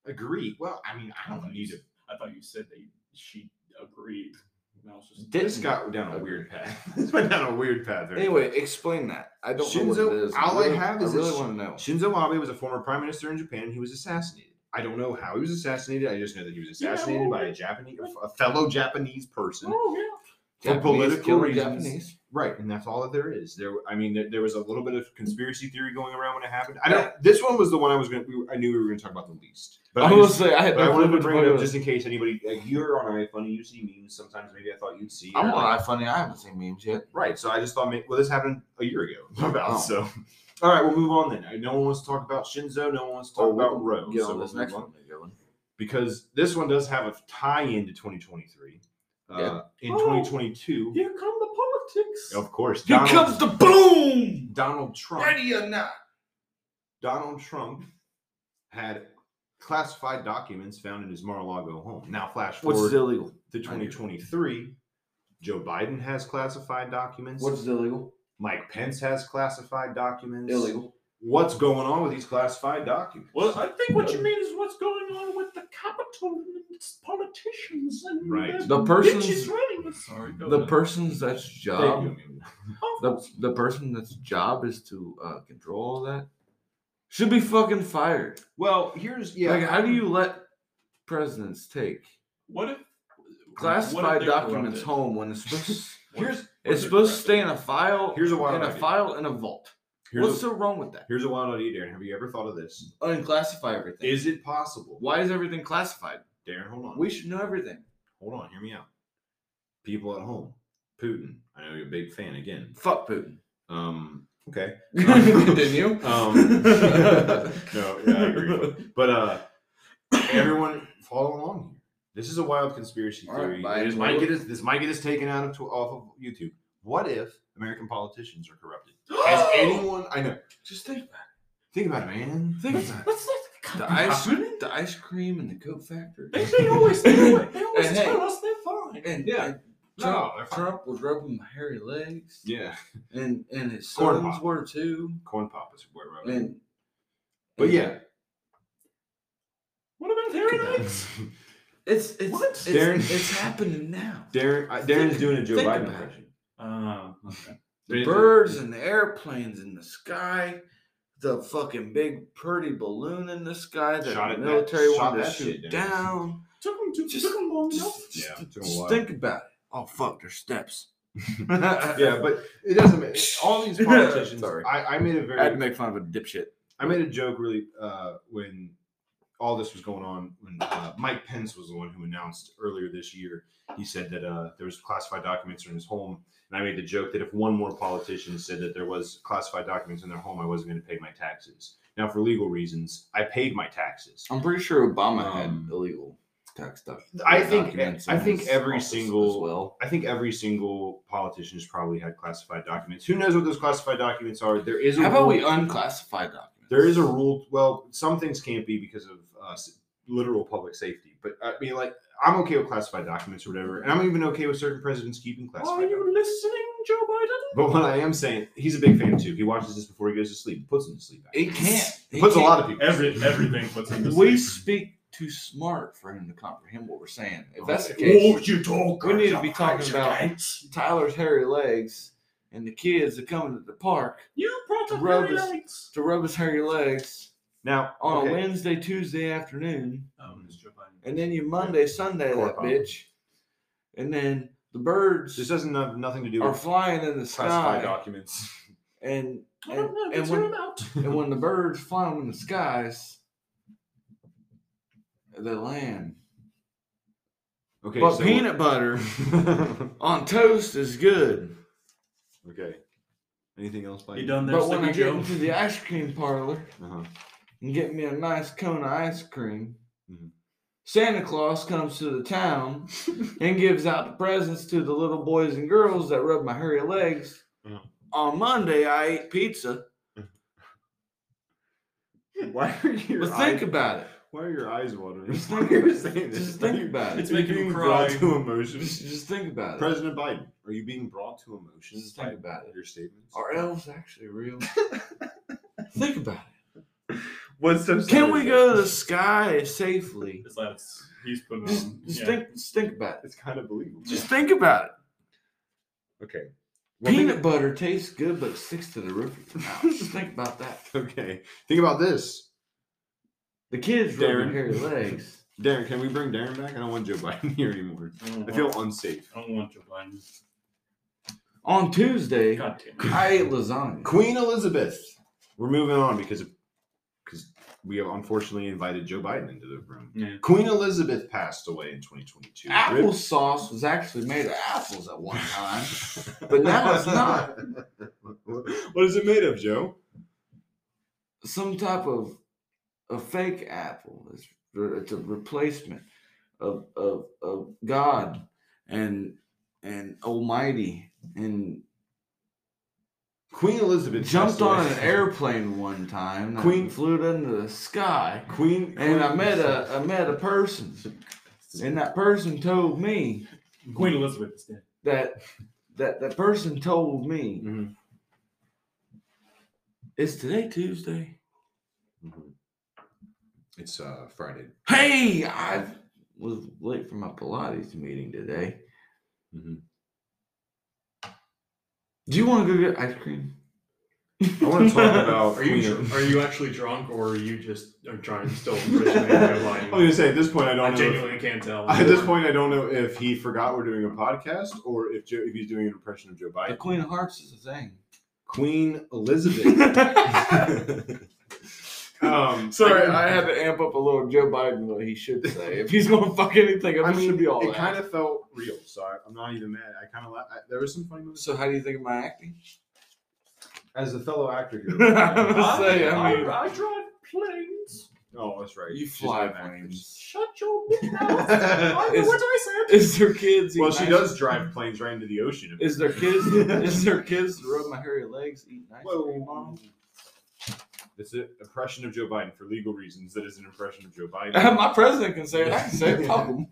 Speaker 1: Agree. Well, I mean, I don't need to.
Speaker 3: I thought you said that she agreed. And I was just
Speaker 2: Didn't.
Speaker 1: This got down a weird path. this went down a weird path. There.
Speaker 2: Anyway, explain that. I don't know what it
Speaker 1: Shinzo,
Speaker 2: is.
Speaker 1: all I
Speaker 2: really-
Speaker 1: have is
Speaker 2: I really
Speaker 1: that
Speaker 2: want to know.
Speaker 1: Shinzo Abe was a former prime minister in Japan. and He was assassinated. I don't know how he was assassinated. I just know that he was
Speaker 3: Yeah,
Speaker 1: assassinated
Speaker 3: well,
Speaker 1: by a Japanese, a fellow Japanese person.
Speaker 3: Oh
Speaker 1: For political
Speaker 2: killing
Speaker 1: reasons.
Speaker 2: Japanese.
Speaker 1: Right, and that's all that there is. There, I mean, there, there was a little bit of conspiracy theory going around when it happened. I don't. This one was the one I was going. to I knew we were going to talk about the least, but
Speaker 2: I
Speaker 1: I,
Speaker 2: will
Speaker 1: just-
Speaker 2: say I had
Speaker 1: but I
Speaker 2: no
Speaker 1: wanted
Speaker 2: clue
Speaker 1: to
Speaker 2: what
Speaker 1: bring it
Speaker 2: it
Speaker 1: up
Speaker 2: was.
Speaker 1: just in case anybody. Like, you're on iFunny, you see memes sometimes. Maybe I thought you'd see.
Speaker 2: I'm
Speaker 1: or, like,
Speaker 2: on iFunny. I haven't seen memes yet.
Speaker 1: Right. So I just thought, ma- well, this happened a year ago. About
Speaker 2: Oh.
Speaker 1: so. All right, we'll move on then. No one wants to talk about Shinzo. No one wants to talk
Speaker 2: Oh, we'll
Speaker 1: about Roe.
Speaker 2: Get
Speaker 1: so
Speaker 2: on
Speaker 1: we'll
Speaker 2: this next
Speaker 1: move on.
Speaker 2: one. they're going.
Speaker 1: because this one does have a tie-in to 2023. Uh, in
Speaker 3: Oh.
Speaker 1: 2022,
Speaker 3: yeah. Here come the politics.
Speaker 1: of course,
Speaker 2: Here
Speaker 1: Donald,
Speaker 2: comes the boom.
Speaker 1: Donald Trump.
Speaker 2: Ready or not?
Speaker 1: Donald Trump had classified documents found in his Mar-a-Lago home. Now, flash forward
Speaker 2: What's illegal?
Speaker 1: to 2023. Joe Biden has classified documents.
Speaker 2: What's illegal?
Speaker 1: Mike Pence has classified documents.
Speaker 2: Illegal.
Speaker 1: What's going on with these classified documents?
Speaker 3: Well, I think what you mean is what's going on with the capital and its politicians and
Speaker 1: Right.
Speaker 3: their
Speaker 2: The person's-
Speaker 3: bitches running. it. Sorry, go
Speaker 2: The
Speaker 3: ahead.
Speaker 2: person's that's
Speaker 1: Thank
Speaker 2: job.
Speaker 1: you, Amelia.
Speaker 2: the the person that's job is to uh, control all that should be fucking fired.
Speaker 1: Well, here's yeah.
Speaker 2: Like, how do you let presidents take
Speaker 3: What if
Speaker 2: classified
Speaker 3: they're
Speaker 2: documents
Speaker 3: corrupted?
Speaker 2: home when it's supposed
Speaker 1: Here's
Speaker 2: it's
Speaker 3: they're
Speaker 2: supposed to stay in a
Speaker 3: corrupted?
Speaker 2: file
Speaker 1: here's a wild
Speaker 2: in a
Speaker 1: idea.
Speaker 2: file in a vault.
Speaker 1: here's
Speaker 2: What's
Speaker 1: a,
Speaker 2: so wrong with that?
Speaker 1: here's a wild idea, Darren. Have you ever thought of this?
Speaker 2: Unclassify everything.
Speaker 1: Is it possible?
Speaker 2: Why is everything classified?
Speaker 1: Darren, hold on.
Speaker 2: We should know everything.
Speaker 1: hold on. Hear me out. People at home. Putin. I know you're a big fan again.
Speaker 2: Fuck Putin.
Speaker 1: Um. Okay.
Speaker 2: Didn't you?
Speaker 1: Um, no, yeah, I agree. But uh, everyone follow along here. This is a wild conspiracy
Speaker 2: All right,
Speaker 1: theory.
Speaker 2: bye.
Speaker 1: this might get us. This might get us taken out of tw- off of YouTube. What if American politicians are corrupted? Has
Speaker 2: Oh!
Speaker 1: anyone? I know.
Speaker 2: Just think about
Speaker 1: Think about it, man.
Speaker 2: it. Think about it.
Speaker 3: What's that? Can't
Speaker 2: The
Speaker 3: be
Speaker 2: ice,
Speaker 3: happening.
Speaker 2: the ice cream and the Coke factory.
Speaker 3: They, they always do it. They
Speaker 2: And
Speaker 3: always
Speaker 2: hey.
Speaker 3: tell us they're fine.
Speaker 2: And,
Speaker 1: Yeah.
Speaker 2: and
Speaker 1: No, they're
Speaker 2: Trump,
Speaker 1: fine.
Speaker 2: Trump was rubbing my hairy legs.
Speaker 1: Yeah,
Speaker 2: And and his
Speaker 1: Corn
Speaker 2: sons
Speaker 1: pop.
Speaker 2: were too.
Speaker 1: corn pop is where we're at.
Speaker 2: And
Speaker 1: But yeah,
Speaker 3: What about their legs?
Speaker 2: it's it's
Speaker 3: What?
Speaker 2: it's,
Speaker 1: Darren-
Speaker 2: it's happening now.
Speaker 1: Darren. I, Darren is doing a Joe
Speaker 2: Think
Speaker 1: Biden
Speaker 2: about it.
Speaker 1: impression.
Speaker 3: Oh, okay.
Speaker 2: The birds and the airplanes in the sky, the fucking big pretty balloon in the sky that
Speaker 1: Shot
Speaker 2: the
Speaker 1: it back-
Speaker 2: military
Speaker 1: shot
Speaker 2: wanted to
Speaker 1: that
Speaker 2: shoot
Speaker 1: shit down.
Speaker 2: down.
Speaker 3: Took them, to,
Speaker 2: Just-
Speaker 3: took them long enough.
Speaker 2: Just,
Speaker 1: Yeah,
Speaker 2: just,
Speaker 1: it took a
Speaker 2: just
Speaker 1: while.
Speaker 2: think about it. Oh fuck, there's steps.
Speaker 1: Yeah, but it doesn't matter. All these politicians.
Speaker 2: Sorry.
Speaker 1: I, I made a
Speaker 2: I had to
Speaker 1: very
Speaker 2: make fun of a dipshit.
Speaker 1: I made a joke really uh, when all this was going on when uh, Mike Pence was the one who announced earlier this year. He said that uh, there was classified documents in his home, and I made the joke that if one more politician said that there was classified documents in their home, I wasn't going to pay my taxes. Now, for legal reasons, I paid my taxes.
Speaker 2: I'm pretty sure Obama
Speaker 1: Um,
Speaker 2: had illegal tax stuff.
Speaker 1: I think- e,
Speaker 2: documents
Speaker 1: I
Speaker 2: in
Speaker 1: think
Speaker 2: his
Speaker 1: every
Speaker 2: office as
Speaker 1: single-
Speaker 2: well.
Speaker 1: I think every single politician has probably had classified documents. Who knows what those classified documents are? There is a
Speaker 2: How about
Speaker 1: rule-
Speaker 2: we unclassify documents?
Speaker 1: There is a rule. Well, some things can't be because of uh, s- literal public safety. But I mean, like, I'm okay with classified documents or whatever, and I'm even okay with certain presidents keeping
Speaker 3: Are
Speaker 1: classified. documents.
Speaker 3: you listening, Joe Biden?
Speaker 1: But what I am saying, he's a big fan too. He watches this before he goes to sleep. Puts him to sleep. actually.
Speaker 2: It can't. It
Speaker 1: puts a
Speaker 2: can't.
Speaker 1: lot of people. to
Speaker 3: Every
Speaker 1: sleep.
Speaker 3: everything puts him to
Speaker 2: We
Speaker 3: sleep.
Speaker 2: speak too smart for him to comprehend what we're saying. If
Speaker 1: Oh,
Speaker 2: that's the
Speaker 1: yeah.
Speaker 2: case,
Speaker 3: you talk.
Speaker 2: We need to be talking about- Tyler's hairy legs and the kids that come to the park
Speaker 3: You brought up
Speaker 2: Rub
Speaker 3: hairy
Speaker 2: is-
Speaker 3: legs.
Speaker 2: to rub his hairy legs
Speaker 1: Now,
Speaker 2: on
Speaker 1: okay.
Speaker 2: a Wednesday, Tuesday afternoon,
Speaker 3: Um, it's Joe Biden.
Speaker 2: and then you Monday, Sunday
Speaker 1: Corn
Speaker 2: that
Speaker 1: pop.
Speaker 2: bitch, and then the birds
Speaker 1: this doesn't have nothing to do
Speaker 2: are
Speaker 1: with
Speaker 2: flying in the sky,
Speaker 1: classified documents.
Speaker 2: and
Speaker 3: I don't know.
Speaker 2: and
Speaker 3: Let's
Speaker 2: when-
Speaker 3: hear him out.
Speaker 2: and when the birds fly in the skies, they land.
Speaker 1: Okay,
Speaker 2: but
Speaker 1: so-
Speaker 2: peanut butter on toast is good.
Speaker 1: okay. Anything else? By
Speaker 3: You done there,
Speaker 2: But when I
Speaker 3: Sleepy
Speaker 2: get
Speaker 3: Joe?
Speaker 2: into the ice cream parlor
Speaker 1: Uh-huh.
Speaker 2: and get me a nice cone of ice cream,
Speaker 1: Mhm.
Speaker 2: Santa Claus comes to the town and gives out the presents to the little boys and girls that rub my hairy legs.
Speaker 1: Mhm.
Speaker 2: On Monday, I ate pizza.
Speaker 1: Why are your
Speaker 2: But think about it.
Speaker 1: Why are your eyes watering?
Speaker 2: Just think
Speaker 1: Why are you
Speaker 2: about it.
Speaker 1: saying this?
Speaker 2: Just think
Speaker 1: You're-
Speaker 2: about it.
Speaker 3: It's
Speaker 1: you're
Speaker 3: making me
Speaker 1: being
Speaker 3: cry.
Speaker 1: brought to emotions.
Speaker 2: Just, just think about it.
Speaker 1: President Biden, are you being brought to emotions
Speaker 2: Just
Speaker 1: by
Speaker 2: think about it.
Speaker 1: your statements?
Speaker 2: Are elves actually real? think about it.
Speaker 1: What's so
Speaker 2: Can we go to the sky safely?
Speaker 3: It's like it's- he's putting
Speaker 2: Just,
Speaker 3: on.
Speaker 2: just
Speaker 3: Mm-hmm. yeah.
Speaker 2: think, just think about it.
Speaker 1: It's kind of believable.
Speaker 2: Just think about it.
Speaker 1: okay. One thing-
Speaker 2: Peanut butter tastes good, but it sticks to the roof of your mouth. Just think about that.
Speaker 1: okay. Think about this,
Speaker 2: The kids rub their
Speaker 1: Darren.
Speaker 2: hairy legs.
Speaker 1: Darren. Can we bring Darren back? I don't want Joe Biden here anymore.
Speaker 3: I don't
Speaker 1: I feel
Speaker 3: want-
Speaker 1: unsafe.
Speaker 3: I don't want Joe Biden.
Speaker 2: On Tuesday,
Speaker 3: God damn it.
Speaker 2: I ate lasagna.
Speaker 1: Queen Elizabeth. We're moving on because because we have unfortunately invited Joe Biden into the room.
Speaker 3: Yeah.
Speaker 1: Queen Elizabeth passed away in 2022. Rip-
Speaker 2: Applesauce was actually made of apples at one time, but now it's not.
Speaker 1: What is it made of, Joe?
Speaker 2: Some type of a fake apple. It's, it's a replacement of, of of God and and Almighty and
Speaker 1: Queen Elizabeth
Speaker 2: jumped
Speaker 1: passed away.
Speaker 2: on an airplane one time. that
Speaker 1: Queen-
Speaker 2: flew it into the sky,
Speaker 1: Queen,
Speaker 2: and I met a I met a person, and that person told me
Speaker 3: Queen Elizabeth is dead.
Speaker 2: that that that person told me
Speaker 1: Mhm.
Speaker 2: it's today Tuesday.
Speaker 1: Mhm. It's uh Friday.
Speaker 2: Hey, I was late for my Pilates meeting today. Mm-hmm. Do you want to go get ice cream?
Speaker 1: I want to talk about.
Speaker 5: Are you
Speaker 1: Queen.
Speaker 5: are you actually drunk or are you just are trying to still imprison me by
Speaker 1: I'm
Speaker 5: lying?
Speaker 1: gonna say at this point I
Speaker 5: I
Speaker 1: don't know. If,
Speaker 5: genuinely can't tell.
Speaker 1: at this point I don't know if he forgot we're doing a podcast or if Joe, if he's doing an impression of Joe
Speaker 2: The
Speaker 1: Biden.
Speaker 2: Queen of Hearts is a thing.
Speaker 1: Queen Elizabeth. um,
Speaker 2: Sorry,
Speaker 1: I-
Speaker 2: I had to amp up a little Joe Biden what he should say. If he's gonna fuck anything up,
Speaker 1: I
Speaker 2: it
Speaker 1: mean,
Speaker 2: should be all
Speaker 1: it
Speaker 2: that.
Speaker 1: kind of felt real, so I, I'm not even mad. I kind of la- I, there was some funny moments.
Speaker 2: so how do you think of my acting?
Speaker 1: As a fellow actor here,
Speaker 2: I'm
Speaker 3: I,
Speaker 2: gonna say,
Speaker 3: I,
Speaker 2: I mean,
Speaker 3: I drive planes.
Speaker 1: oh, that's right.
Speaker 2: you
Speaker 1: She's
Speaker 2: fly
Speaker 1: not an actor.
Speaker 2: planes.
Speaker 3: Shut your big mouth. I know
Speaker 2: Is-
Speaker 3: what I said.
Speaker 2: Is there kids?
Speaker 1: Well,
Speaker 2: eat
Speaker 1: she
Speaker 2: nice-
Speaker 1: does drive planes right into the ocean.
Speaker 2: Is there kids? is there kids to rub my hairy legs, eat ice cream
Speaker 1: Whoa.
Speaker 2: on?
Speaker 1: It's an impression of Joe Biden for legal reasons. That is an impression of Joe Biden.
Speaker 2: my president can say it. I can say it. Fuck 'em.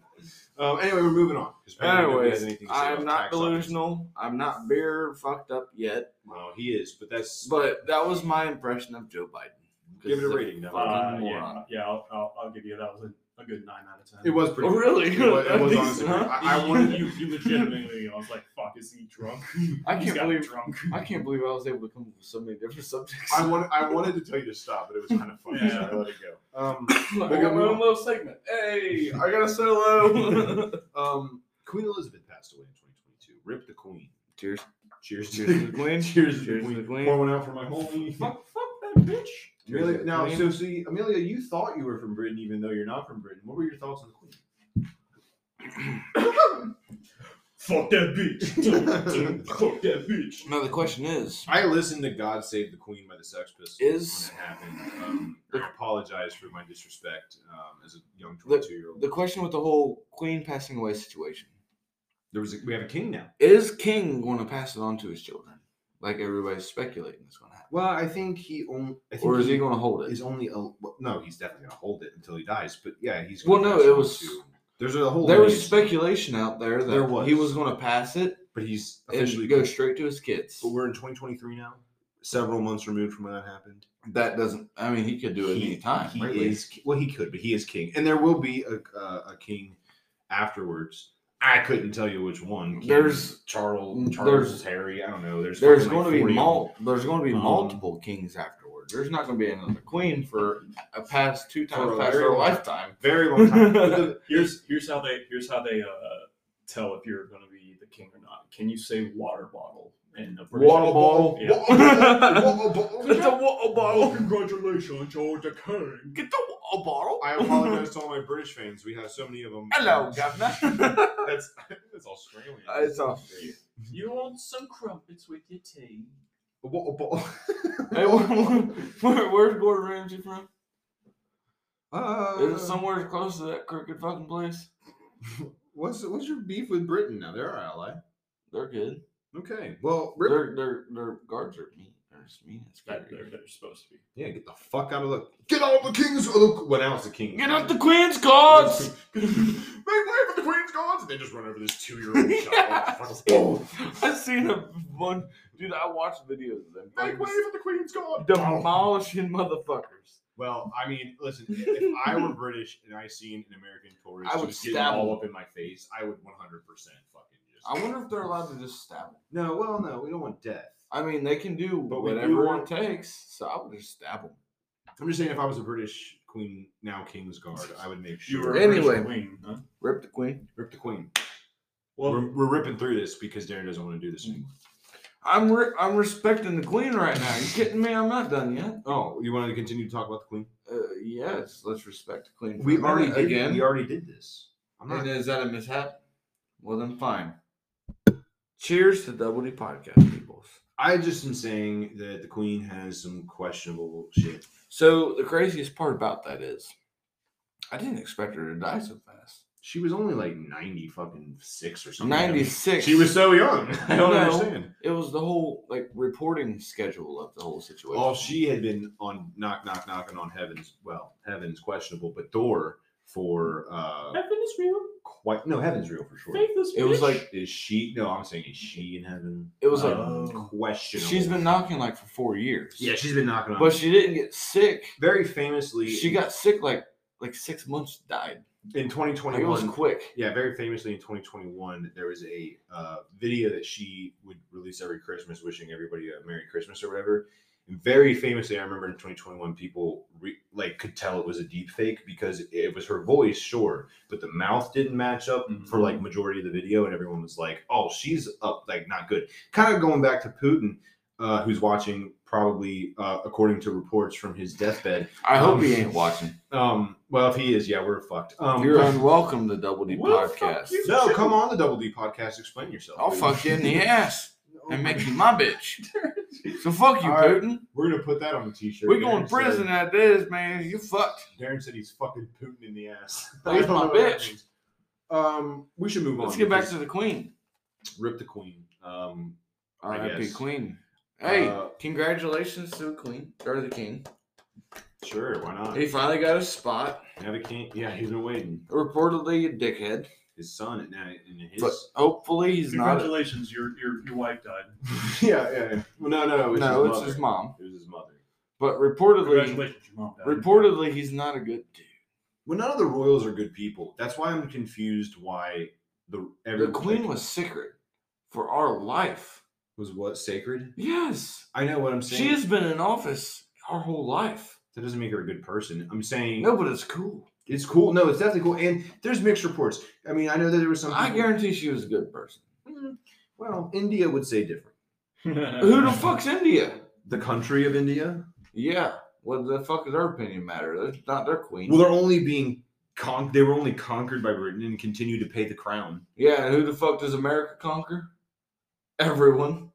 Speaker 1: um, anyway, we're moving on. 'cause Brandon nobody has
Speaker 2: Anyways,
Speaker 1: anything to say
Speaker 2: I'm
Speaker 1: about
Speaker 2: not
Speaker 1: tax office.
Speaker 2: delusional. I'm not beer fucked up yet.
Speaker 1: No, he is, but that's.
Speaker 2: But that was my impression of Joe Biden. 'Cause
Speaker 1: give it
Speaker 2: he's
Speaker 1: a rating. No,
Speaker 5: Uh,
Speaker 2: fucking
Speaker 5: yeah,
Speaker 2: moron.
Speaker 5: yeah, I'll, I'll, I'll give you that was a, a good nine out of ten.
Speaker 1: it was pretty.
Speaker 2: Oh,
Speaker 1: good.
Speaker 2: really?
Speaker 1: It was, it was
Speaker 2: Decent,
Speaker 1: honestly.
Speaker 2: huh?
Speaker 1: pretty- I, I wanted
Speaker 5: you, you legitimately. I was like, "Fuck, is he drunk?"
Speaker 2: I can't
Speaker 5: He's got
Speaker 2: believe-
Speaker 5: drunk.
Speaker 2: I can't believe I was able to come up with so many different subjects.
Speaker 1: I wanted. I wanted to tell you to stop, but it was kind of funny, so I let it go. Um,
Speaker 2: Look,
Speaker 1: We'll
Speaker 2: I got my
Speaker 1: go move
Speaker 2: own
Speaker 1: on.
Speaker 2: little segment. Hey, I got a solo.
Speaker 1: um, Queen Elizabeth passed away in 2022. Rip the Queen.
Speaker 2: Cheers.
Speaker 1: Cheers
Speaker 2: Cheers to the Queen.
Speaker 1: Cheers to
Speaker 2: Cheers
Speaker 1: the Queen.
Speaker 2: Queen.
Speaker 1: Pour one out for my homie.
Speaker 3: Fuck, fuck that bitch.
Speaker 1: Amelia,
Speaker 2: to the
Speaker 1: now,
Speaker 2: Queen.
Speaker 1: so see, Amelia, you thought you were from Britain, even though you're not from Britain. What were your thoughts on the Queen?
Speaker 5: Fuck that bitch. Fuck that bitch.
Speaker 2: Now the question is,
Speaker 1: I listened to "God Save the Queen" by the Sex Pistols
Speaker 2: Is-
Speaker 1: when it happened. Um, I apologize for my disrespect um, as a young
Speaker 2: The-
Speaker 1: twenty-two-year-old.
Speaker 2: the question with the whole Queen passing away situation
Speaker 1: There was a, we have a king now.
Speaker 2: is King going to pass it on to his children, like everybody's speculating is going to happen,
Speaker 1: Well, I think he only. I think
Speaker 2: or is he going to hold
Speaker 1: Is
Speaker 2: it?
Speaker 1: only a well, no. He's definitely gonna hold it until he dies. But yeah, he's.
Speaker 2: Well,
Speaker 1: gonna
Speaker 2: no,
Speaker 1: pass
Speaker 2: it
Speaker 1: on
Speaker 2: was-
Speaker 1: to- there's a whole.
Speaker 2: There was
Speaker 1: lineage,
Speaker 2: speculation out there that
Speaker 1: There was.
Speaker 2: he was going to pass it
Speaker 1: but he's officially
Speaker 2: and go straight to his kids.
Speaker 1: But we're in 2023 now. Several months removed from when that happened.
Speaker 2: That doesn't. I mean, he could do it
Speaker 1: He-
Speaker 2: any time.
Speaker 1: He
Speaker 2: right?
Speaker 1: is ki- well, he could, but he is king, and there will be a uh, a king afterwards. I couldn't tell you which one. King
Speaker 2: There's-
Speaker 1: Charles,
Speaker 2: there's-
Speaker 1: Charles, Harry. I don't know. There's
Speaker 2: There's
Speaker 1: fucking, like,
Speaker 2: going to be
Speaker 1: 40 of
Speaker 2: mul- There's going to be
Speaker 1: Um,
Speaker 2: multiple kings afterward. There's not going to be another queen for a past two
Speaker 1: For
Speaker 2: times
Speaker 1: a
Speaker 2: past
Speaker 1: very
Speaker 2: her
Speaker 1: long-
Speaker 2: lifetime.
Speaker 1: them. Very long time. But the-
Speaker 5: Here's here's how they here's how they uh, tell if you're going to be the king or not. Can you say water bottle in a British
Speaker 2: Water bottle.
Speaker 5: Yeah.
Speaker 1: Whoa, whoa, whoa, whoa.
Speaker 2: Get the water
Speaker 5: Oh,
Speaker 2: bottle.
Speaker 5: congratulations, you're the king.
Speaker 2: Get the water bottle.
Speaker 1: I apologize to all my British fans. We have so many of them.
Speaker 2: Hello, governor.
Speaker 1: That's that's Australian.
Speaker 2: Uh, it's all-
Speaker 3: You want some crumpets with your tea?
Speaker 1: Whoa, whoa.
Speaker 2: Hey, where, where- where's Gordon Ramsay from? Is it
Speaker 1: Uh,
Speaker 2: somewhere close to that crooked fucking place?
Speaker 1: What's what's your beef with Britain now? They're our ally.
Speaker 2: They're good.
Speaker 1: Okay. Well, rip-
Speaker 2: Their their their guards are mean. They're as mean as
Speaker 5: That
Speaker 2: can be.
Speaker 5: they're, they're supposed to be.
Speaker 1: yeah, get the fuck out of the. Get out the king's. Oh, well, now it's the king.
Speaker 2: Get out the queen's guards.
Speaker 1: Make way for the queen's guards. And they just run over this two-year-old child. Boom.
Speaker 2: I seen a one dude. I watched videos of them.
Speaker 1: Make
Speaker 2: fucking
Speaker 1: way for the queen's guard.
Speaker 2: Demolishing motherfuckers.
Speaker 1: Well, I mean, listen. If I were British and I seen an American tourist
Speaker 2: I would
Speaker 1: just getting
Speaker 2: stab
Speaker 1: all
Speaker 2: him.
Speaker 1: up in my face, I would 100 percent fucking just.
Speaker 2: I wonder if they're allowed to just stab them.
Speaker 1: no, well, no, we don't want death.
Speaker 2: I mean, they can do
Speaker 1: But we do
Speaker 2: whatever it
Speaker 1: want-
Speaker 2: takes. So I would just stab them.
Speaker 1: I'm just saying, if I was a British queen, now king's guard, I would make
Speaker 5: You
Speaker 1: sure
Speaker 5: were
Speaker 2: Anyway.
Speaker 5: anyway. Queen, huh?
Speaker 2: Rip the queen.
Speaker 1: rip the queen.
Speaker 5: Well,
Speaker 1: we're, we're ripping through this because Darren doesn't want to do this
Speaker 2: Mm.
Speaker 1: anymore.
Speaker 2: I'm re- I'm respecting the queen right now. You kidding me? I'm not done yet.
Speaker 1: Oh, you wanted to continue to talk about the queen?
Speaker 2: Uh, yes, let's respect the queen. for
Speaker 1: We
Speaker 2: a
Speaker 1: already
Speaker 2: minute
Speaker 1: did,
Speaker 2: again.
Speaker 1: We already did this. I'm not.
Speaker 2: and is that a mishap? Well then, fine. Cheers to Double D podcast, people.
Speaker 1: I just am saying that the queen has some questionable shit.
Speaker 2: So the craziest part about that is, I didn't expect her to die so fast.
Speaker 1: She was only like ninety fucking six or something.
Speaker 2: Ninety six.
Speaker 1: She was so young. I don't
Speaker 2: No.
Speaker 1: understand.
Speaker 2: It was the whole like reporting schedule of the whole situation.
Speaker 1: All she had been on knock knock knocking on heaven's well heaven's questionable but door for uh
Speaker 3: Heaven is real.
Speaker 1: quite no heaven's real for sure.
Speaker 3: Faith is
Speaker 2: It was
Speaker 3: bitch.
Speaker 2: like
Speaker 1: Is she? No, I'm saying is she in heaven? Uh,
Speaker 2: It was like-
Speaker 1: questionable.
Speaker 2: she's been knocking like for four years.
Speaker 1: Yeah, she's been knocking on.
Speaker 2: but she didn't get sick.
Speaker 1: very famously,
Speaker 2: She got sick like like six months. Died.
Speaker 1: in
Speaker 2: Like, it was
Speaker 1: 2021.
Speaker 2: quick.
Speaker 1: Yeah, very famously in 2021, there was a uh, video that she would release every Christmas, wishing everybody a Merry Christmas or whatever. Very famously, I remember in 2021, people re- like could tell it was a deep fake because it was her voice, sure, but the mouth didn't match up
Speaker 2: Mm-hmm.
Speaker 1: for like majority of the video, and everyone was like, "Oh, she's up, like not good." Kind of going back to Putin, uh, who's watching probably uh, according to reports from his deathbed.
Speaker 2: I hope he ain't watching.
Speaker 1: Um, well, if he is, yeah, we're fucked. Um,
Speaker 2: You're
Speaker 1: but-
Speaker 2: unwelcome to Double D
Speaker 5: Well, fuck
Speaker 2: Podcast.
Speaker 5: you.
Speaker 1: no, come on the Double D podcast. Explain yourself.
Speaker 2: I'll
Speaker 1: please.
Speaker 2: fuck you in the ass and make you my bitch. So fuck you,
Speaker 1: All right.
Speaker 2: Putin.
Speaker 1: We're gonna put that on a T-shirt.
Speaker 2: We're going
Speaker 1: Darren
Speaker 2: to prison
Speaker 1: Said,
Speaker 2: at this, man. You fucked.
Speaker 1: Darren said he's fucking Putin in the ass.
Speaker 2: That's
Speaker 1: I don't
Speaker 2: my
Speaker 1: know what that
Speaker 2: bitch.
Speaker 1: means. Um, we should move
Speaker 2: Let's
Speaker 1: on.
Speaker 2: get back
Speaker 1: because-
Speaker 2: to the Queen.
Speaker 1: rip the queen. Um, I
Speaker 2: R.I.P.
Speaker 1: guess.
Speaker 2: Queen. Hey,
Speaker 1: uh,
Speaker 2: congratulations to the Queen or the King.
Speaker 1: sure, why not?
Speaker 2: He finally got his spot.
Speaker 1: Now the king, yeah, he's been waiting.
Speaker 2: Reportedly a dickhead,
Speaker 1: His son and, and his.
Speaker 2: but hopefully he's not.
Speaker 5: Congratulations, your, your your wife died.
Speaker 1: yeah, yeah, yeah. Well, no, no, it was
Speaker 2: no,
Speaker 1: his
Speaker 2: it's
Speaker 1: mother.
Speaker 2: his mom.
Speaker 1: It was his mother.
Speaker 2: But reportedly,
Speaker 5: Congratulations, your mom died.
Speaker 2: reportedly he's not a good dude.
Speaker 1: Well, none of the royals are good people. That's why I'm confused. Why the every,
Speaker 2: The Queen was sacred for our life.
Speaker 1: was what sacred?
Speaker 2: Yes.
Speaker 1: I know what I'm saying.
Speaker 2: She has been in office our whole life.
Speaker 1: That doesn't make her a good person. I'm saying
Speaker 2: No, but it's cool.
Speaker 1: it's cool. No, it's definitely cool. And there's mixed reports. I mean, I know that there was some.
Speaker 2: I
Speaker 1: people- hmm,
Speaker 2: guarantee she was a good person.
Speaker 1: Well, India would say different.
Speaker 2: Who the fuck's India?
Speaker 1: The country of India.
Speaker 2: Yeah. What the fuck does her opinion matter? That's not their queen.
Speaker 1: Well, they're only being con- they were only conquered by Britain and continue to pay the crown.
Speaker 2: yeah, and who the fuck does America conquer? Everyone.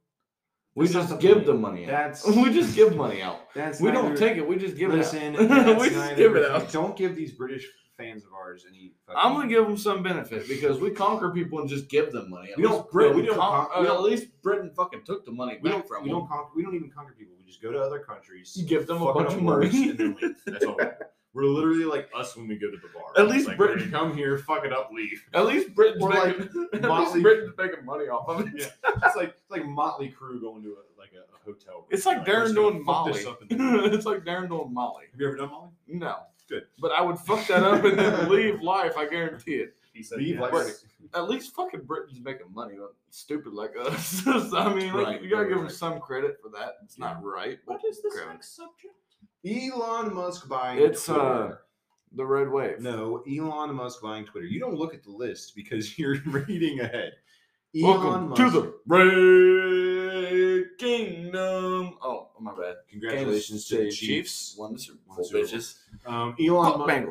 Speaker 2: We
Speaker 1: That's not
Speaker 2: just
Speaker 1: the
Speaker 2: give
Speaker 1: point.
Speaker 2: the money out.
Speaker 1: That's
Speaker 2: We just give money out.
Speaker 1: that's
Speaker 2: We don't
Speaker 1: neither-
Speaker 2: take it. We just give
Speaker 1: listen.
Speaker 2: it out.
Speaker 1: that's
Speaker 2: we just
Speaker 1: neither-
Speaker 2: give it out.
Speaker 1: Don't give these British fans of ours any. fucking-
Speaker 2: I'm gonna give them some benefit because we conquer people and just give them money. At
Speaker 1: We
Speaker 2: least
Speaker 1: don't- yeah, we
Speaker 2: Britain
Speaker 1: don't
Speaker 2: con-
Speaker 1: con- we
Speaker 2: uh,
Speaker 1: don't-
Speaker 2: at least Britain fucking took the money
Speaker 1: We
Speaker 2: back
Speaker 1: don't.
Speaker 2: from
Speaker 1: We
Speaker 2: them.
Speaker 1: don't, conquer, we don't even conquer people. We just go to other countries,
Speaker 2: You give them a
Speaker 1: fuck
Speaker 2: bunch
Speaker 1: up
Speaker 2: of
Speaker 1: worse,
Speaker 2: money.
Speaker 1: and then leave. That's all. we do. We're literally like us when we go to the bar.
Speaker 2: At
Speaker 1: It's
Speaker 2: least
Speaker 1: like,
Speaker 2: Britain-
Speaker 1: "Hey, come here, fuck it up, leave.
Speaker 2: At least Britain's
Speaker 1: Or like
Speaker 2: making, at least
Speaker 1: Motley-
Speaker 2: Britain's making money off of it.
Speaker 1: Yeah. It's like it's like Motley Crue going to a, like a, a hotel. room.
Speaker 2: It's like
Speaker 1: "We're
Speaker 2: Darren
Speaker 1: just gonna
Speaker 2: doing
Speaker 1: fuck
Speaker 2: Molly.
Speaker 1: this up and then leave."
Speaker 2: it's like Darren doing Molly.
Speaker 1: Have you ever done Molly?
Speaker 2: No.
Speaker 1: Good.
Speaker 2: But I would fuck that up and then leave life. I guarantee it.
Speaker 5: He said
Speaker 1: Leave
Speaker 5: yes.
Speaker 1: like
Speaker 2: Right. At least fucking Britain's making money on stupid like us. I mean, like,
Speaker 1: Right,
Speaker 2: you gotta
Speaker 1: right,
Speaker 2: give them
Speaker 1: right.
Speaker 2: some credit for that. It's not right. But
Speaker 3: What is this
Speaker 2: Grab it.
Speaker 3: next subject?
Speaker 1: Elon Musk buying
Speaker 2: It's,
Speaker 1: Twitter.
Speaker 2: uh, the red wave.
Speaker 1: no Elon Musk buying Twitter. You don't look at the list because you're reading ahead.
Speaker 2: Welcome to the Red Kingdom. Oh, my bad.
Speaker 1: congratulations to the
Speaker 2: Kansas City
Speaker 1: Chiefs.
Speaker 2: Won the Super
Speaker 1: Won
Speaker 2: Bowl,
Speaker 1: Super Bowl.
Speaker 2: bitches.
Speaker 1: Um, Elon
Speaker 2: Fuck
Speaker 1: Musk.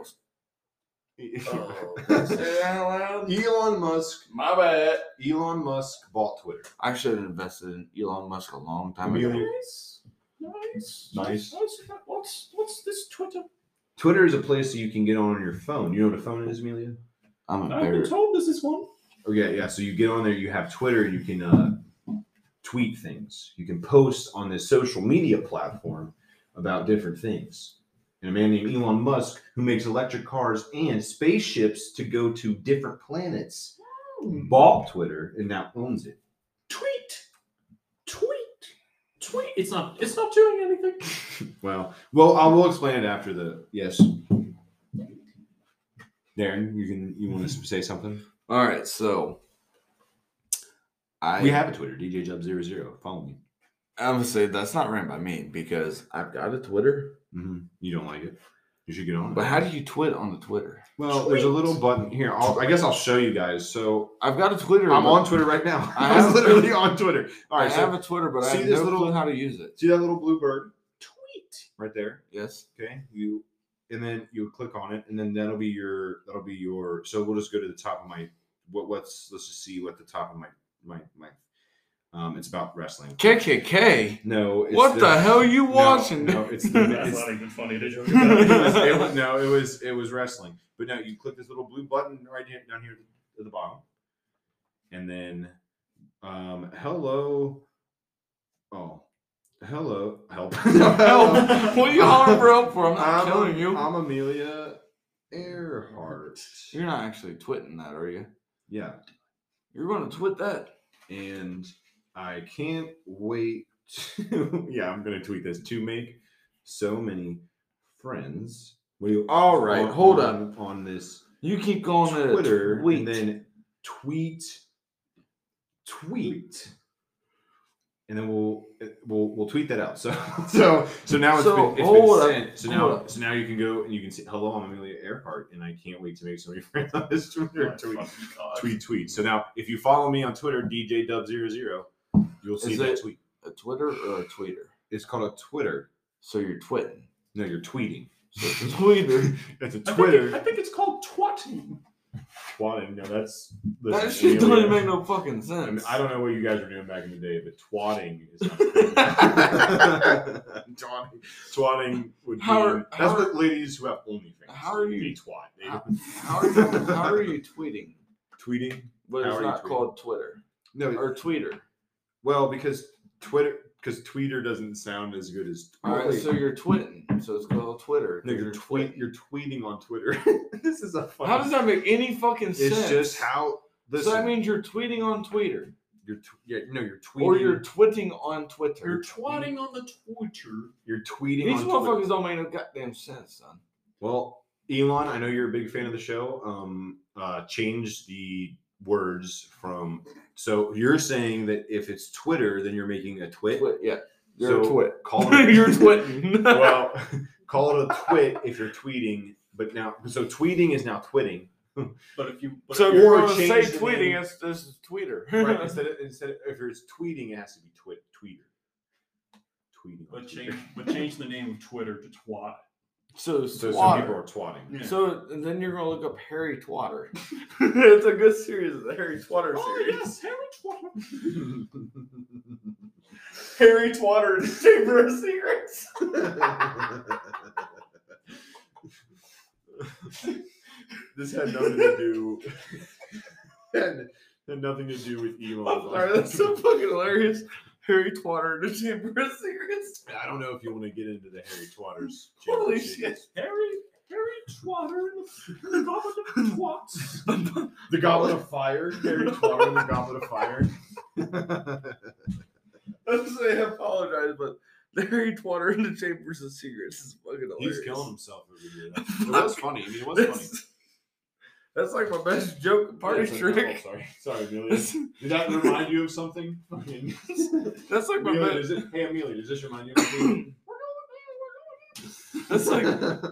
Speaker 2: Bengals.
Speaker 1: Elon
Speaker 2: Uh,
Speaker 1: Musk.
Speaker 2: My bad.
Speaker 1: Elon Musk bought Twitter.
Speaker 2: I should have invested in Elon Musk a long time
Speaker 1: Really?
Speaker 2: ago.
Speaker 3: Nice. Nice.
Speaker 1: Nice.
Speaker 3: What's, what's, what's this Twitter?
Speaker 1: Twitter is a place that you can get on your phone. You know what a phone is, Amelia?
Speaker 2: I'm
Speaker 3: I've been
Speaker 2: embarrassed.
Speaker 3: told this is one.
Speaker 1: Oh yeah, yeah. So you get on there, you have Twitter, and you can uh, tweet things. You can post on this social media platform about different things. And a man named Elon Musk, who makes electric cars and spaceships to go to different planets, bought Twitter and now owns it.
Speaker 3: Tweet. Tweet. Tweet. It's not. It's not doing anything.
Speaker 1: Well, well, I will explain it after the yes. Darren, you can you want to say something?
Speaker 2: All right, so I
Speaker 1: We have a Twitter, DJ Jub 00 Follow me.
Speaker 2: I'm gonna say that's not ran by me because I've got a Twitter.
Speaker 1: hmm You don't like it? You should get on. it.
Speaker 2: But how do you twit on the Twitter?
Speaker 1: Well, there's a little button here. I'll, I guess I'll show you guys. So
Speaker 2: I've got a Twitter.
Speaker 1: I'm
Speaker 2: but-
Speaker 1: on Twitter right now.
Speaker 2: I
Speaker 1: I, was
Speaker 2: have-
Speaker 1: literally on Twitter. All
Speaker 2: I
Speaker 1: right.
Speaker 2: have
Speaker 1: So
Speaker 2: a Twitter, but I
Speaker 1: see
Speaker 2: have
Speaker 1: this
Speaker 2: no
Speaker 1: little-
Speaker 2: clue how to use it.
Speaker 1: see that little blue bird
Speaker 3: Tweet.
Speaker 1: right there?
Speaker 2: Yes.
Speaker 1: Okay. You and then you click on it, and then that'll be your that'll be your. So we'll just go to the top of my what what's let's just see what the top of my my my. Um, it's about wrestling.
Speaker 2: KKK.
Speaker 1: No. It's
Speaker 2: What the hell you
Speaker 1: No,
Speaker 2: watching?
Speaker 1: No, it's the,
Speaker 5: That's
Speaker 1: it's
Speaker 5: not even funny. Did you?
Speaker 1: it was, it was- no, it was it was wrestling. But no, you click this little blue button right here, down here at the bottom, and then um, hello. Oh, hello, help,
Speaker 2: Help. What are you hollering for help for? I'm not
Speaker 1: I'm,
Speaker 2: killing you.
Speaker 1: I'm Amelia Earhart.
Speaker 2: You're not actually twitting that, are you?
Speaker 1: Yeah,
Speaker 2: You're gonna twit that.
Speaker 1: and I can't wait. To, yeah, I'm gonna tweet this to make so many friends. What do you?
Speaker 2: All right, hold
Speaker 1: on on this
Speaker 2: You keep going to
Speaker 1: Twitter
Speaker 2: tweet.
Speaker 1: and then tweet, tweet, and then we'll we'll we'll tweet that out. So so so now it's
Speaker 2: So,
Speaker 1: been, it's
Speaker 2: hold
Speaker 1: been
Speaker 2: up,
Speaker 1: sent. So
Speaker 2: hold
Speaker 1: now
Speaker 2: up.
Speaker 1: so now you can go and you can say hello, I'm Amelia Earhart, and I can't wait to make so many friends on this Twitter
Speaker 5: My
Speaker 1: tweet
Speaker 5: fucking God.
Speaker 1: tweet tweet. So now if you follow me on Twitter, DJ Dub 0 you'll see
Speaker 2: Is
Speaker 1: that
Speaker 2: it-
Speaker 1: tweet.
Speaker 2: A Twitter or a tweeter?
Speaker 1: It's called a Twitter.
Speaker 2: So you're twitting.
Speaker 1: No, you're tweeting.
Speaker 2: So it's a tweeter.
Speaker 1: That's a
Speaker 5: I think, it-
Speaker 1: Twitter.
Speaker 5: I think it's called twatting.
Speaker 1: Twatting. No, that's
Speaker 2: that
Speaker 1: that's
Speaker 2: shit doesn't
Speaker 1: Amelia.
Speaker 2: even make no fucking
Speaker 1: I, mean,
Speaker 2: sense.
Speaker 1: I don't know what you guys were doing back in the day, but twatting is not twatting. twatting would be
Speaker 2: How are-
Speaker 1: that's
Speaker 2: how
Speaker 1: what ladies who have OnlyFans.
Speaker 2: How are
Speaker 1: they
Speaker 2: you-
Speaker 1: twat? They
Speaker 2: how, how are you, how are you tweeting?
Speaker 1: tweeting?
Speaker 2: But
Speaker 1: How
Speaker 2: it's
Speaker 1: are you
Speaker 2: not
Speaker 1: tweeting?
Speaker 2: called Twitter
Speaker 1: No, it-
Speaker 2: or tweeter.
Speaker 1: well, because Twitter because tweeter doesn't sound as good as
Speaker 2: All right, so you're twitting. So it's called Twitter.
Speaker 1: no,
Speaker 2: 'cause
Speaker 1: you're tweet you're tweeting on Twitter. this is a funny
Speaker 2: How does that make any fucking
Speaker 1: It's
Speaker 2: sense?
Speaker 1: just how listen,
Speaker 2: so that means you're tweeting on Twitter,
Speaker 1: you're tw- yeah, no, you're tweeting
Speaker 2: or you're twitting on Twitter.
Speaker 5: You're twatting on the Twitter.
Speaker 1: you're tweeting
Speaker 2: These
Speaker 1: on Twitter.
Speaker 2: motherfuckers don't make no goddamn sense, son.
Speaker 1: Well, Elon, I know you're a big fan of the show. Um, uh, change the words from. So you're saying that if it's Twitter, then you're making a twit.
Speaker 2: Twit, yeah, you're
Speaker 1: So
Speaker 2: twit.
Speaker 1: Call it.
Speaker 2: you're twitting.
Speaker 1: well, call it a twit if you're tweeting. But now, so tweeting is now twitting.
Speaker 5: But if you but
Speaker 2: so
Speaker 5: if
Speaker 2: if
Speaker 1: you
Speaker 5: you're-
Speaker 2: you're
Speaker 1: wanna
Speaker 2: gonna say
Speaker 1: change the name-
Speaker 2: tweeting, it's this is Twitter.
Speaker 1: Right? instead, of, instead of, if it's tweeting, it has to be twit tweeter. Tweeting. on
Speaker 5: but
Speaker 1: Twitter.
Speaker 5: change but change the name of Twitter to twat.
Speaker 2: so so,
Speaker 1: So some people are twatting.
Speaker 5: Yeah.
Speaker 2: so and then you're gonna look up Harry Twatter. it's a good series, the Harry Twatter
Speaker 5: oh
Speaker 2: series.
Speaker 5: yes, Harry Twatter. Harry Twatter in the Chamber of Secrets.
Speaker 1: this had nothing to do. had, had nothing to do with Elon.
Speaker 2: I'm sorry, that's so fucking hilarious. Harry Twatter and the Chamber of Secrets.
Speaker 1: I don't know if you want to get into the Harry Twatters.
Speaker 2: Holy
Speaker 1: championship.
Speaker 2: shit.
Speaker 5: Harry Harry Twatter in the Goblet of Twats.
Speaker 1: The Goblet of Fire. Harry Twatter, and the Goblet of Fire.
Speaker 2: I'm saying I apologize, but the Harry Twatter and the Chambers of Secrets is fucking hilarious.
Speaker 1: He's killing himself over here. It was funny. I mean, it was funny.
Speaker 2: That's- That's like my best joke party
Speaker 1: Yeah, it's like-
Speaker 2: trick.
Speaker 1: oh, sorry, sorry, Amelia.
Speaker 2: That's,
Speaker 1: Did that remind you of something? Fucking-
Speaker 2: that's like my
Speaker 1: Amelia,
Speaker 2: best.
Speaker 1: does it, hey, Amelia, does this remind you of anything?
Speaker 2: That's like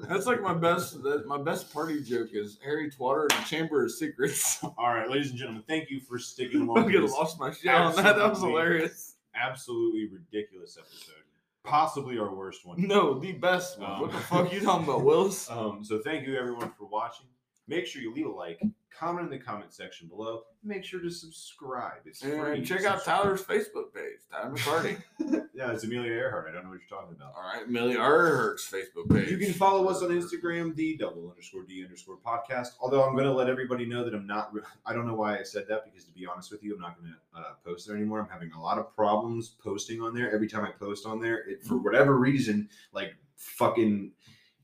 Speaker 2: that's like my best. That, my best party joke is Harry Twatter and the Chamber of Secrets.
Speaker 1: All right, ladies and gentlemen, thank you for sticking
Speaker 2: I
Speaker 1: along. with
Speaker 2: fucking
Speaker 1: this
Speaker 2: lost my shit on that. That was
Speaker 1: Absolutely.
Speaker 2: hilarious.
Speaker 1: absolutely ridiculous episode, possibly our worst one.
Speaker 2: No, the best one.
Speaker 1: Um.
Speaker 2: What the fuck you talking about, Willis?
Speaker 1: Um, so thank you everyone for watching. Make sure you leave a like, comment in the comment section below. Make sure to subscribe. It's free.
Speaker 2: And check out
Speaker 1: Subscribe.
Speaker 2: Tyler's Facebook page, Tyler McCarty.
Speaker 1: Yeah, it's Amelia Earhart. I don't know what you're talking about.
Speaker 2: All right, Millie Earhart's Facebook page.
Speaker 1: You can follow us on Instagram, the double underscore D underscore podcast. Although I'm going to let everybody know that I'm not, re- I don't know why I said that because to be honest with you, I'm not going to uh, post there anymore. I'm having a lot of problems posting on there. Every time I post on there, it, for whatever reason, like fucking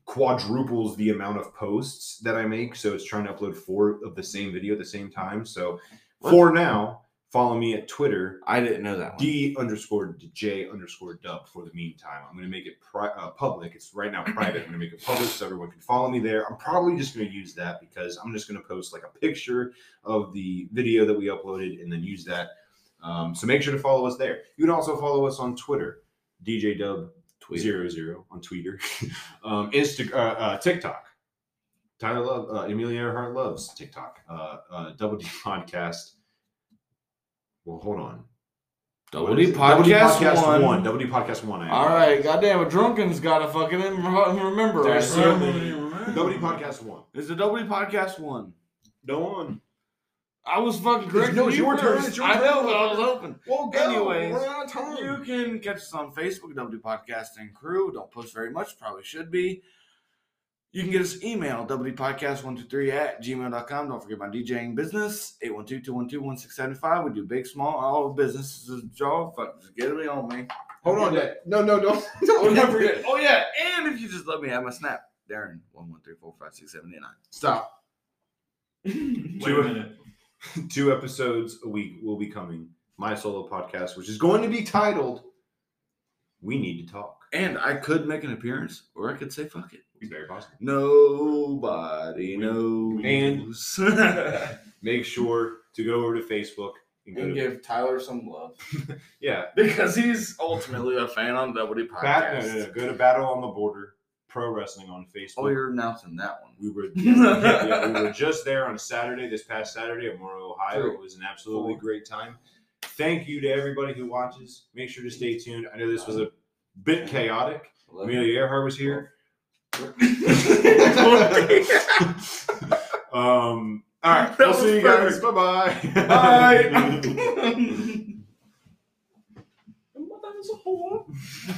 Speaker 1: quadruples the amount of posts that I make. So it's trying to upload four of the same video at the same time. So
Speaker 2: What?
Speaker 1: for now, follow me at Twitter
Speaker 2: I didn't know that one.
Speaker 1: D underscore J underscore dub for the meantime. I'm going to make it pri- uh, public. It's right now private. I'm going to make it public so everyone can follow me there. I'm probably just going to use that because I'm just going to post like a picture of the video that we uploaded and then use that. Um, so make sure to follow us there. You can also follow us on Twitter, DJ Dub
Speaker 2: Tweet.
Speaker 1: zero zero on Twitter, um, Insta, uh, uh, TikTok. Tyler Love, uh, Amelia Earhart loves TikTok. Uh, uh, Double D podcast. Well, hold on.
Speaker 2: Double
Speaker 1: What
Speaker 2: D
Speaker 1: is it? Double D
Speaker 2: Podcast, one.
Speaker 1: Double D Podcast One. I
Speaker 2: All right, goddamn, a drunken's gotta fucking em- remember.
Speaker 1: There's
Speaker 2: us.
Speaker 1: certainly- Double D Podcast One.
Speaker 2: It's the Double D Podcast one.
Speaker 1: No one.
Speaker 2: I was fucking correct.
Speaker 1: No, it's
Speaker 2: You
Speaker 1: your turn,
Speaker 2: first.
Speaker 1: it's your
Speaker 2: I know,
Speaker 1: turn.
Speaker 2: but I was open.
Speaker 1: Well,
Speaker 2: go, Anyways, we're
Speaker 1: out of
Speaker 2: You can catch us on Facebook, Double D Podcasting Crew. Don't post very much, probably should be. You can get us email, wdpodcast123 at gmail.com. Don't forget my DJing business, 812-212-1675. We do big, small, all businesses. Y'all fuck, just get me on me.
Speaker 1: Hold on. Dad. No, no, no.
Speaker 2: Oh, don't forget. Oh yeah, and if you just let me have my snap, Darren one one three four five six seven eight nine.
Speaker 1: Stop.
Speaker 5: Wait a minute.
Speaker 1: Two episodes a week will be coming. My solo podcast, which is going to be titled "We Need to Talk."
Speaker 2: And I could make an appearance, or I could say fuck it.
Speaker 1: It's very possible.
Speaker 2: Nobody knows.
Speaker 1: Make sure to go over to Facebook and go
Speaker 2: and
Speaker 1: to-
Speaker 2: give Tyler some love
Speaker 1: yeah,
Speaker 2: because he's ultimately a fan on WD podcast.
Speaker 1: bat, no, no, no, go to Battle on the Border Pro Wrestling on Facebook.
Speaker 2: Oh, you're announcing that one.
Speaker 1: We were yeah, yeah, we were just there on a Saturday this past Saturday at Morrow, Ohio.
Speaker 2: True.
Speaker 1: It was an absolutely
Speaker 2: Cool.
Speaker 1: great time. Thank you to everybody who watches. Make sure to stay tuned. I know this was a bit chaotic.
Speaker 2: Love you.
Speaker 1: Amelia Earhart was here. um, all right,
Speaker 2: That
Speaker 1: we'll
Speaker 2: was
Speaker 1: see you guys.
Speaker 2: perfect.
Speaker 1: Bye-bye.
Speaker 2: Bye.
Speaker 5: Your mother is a whore.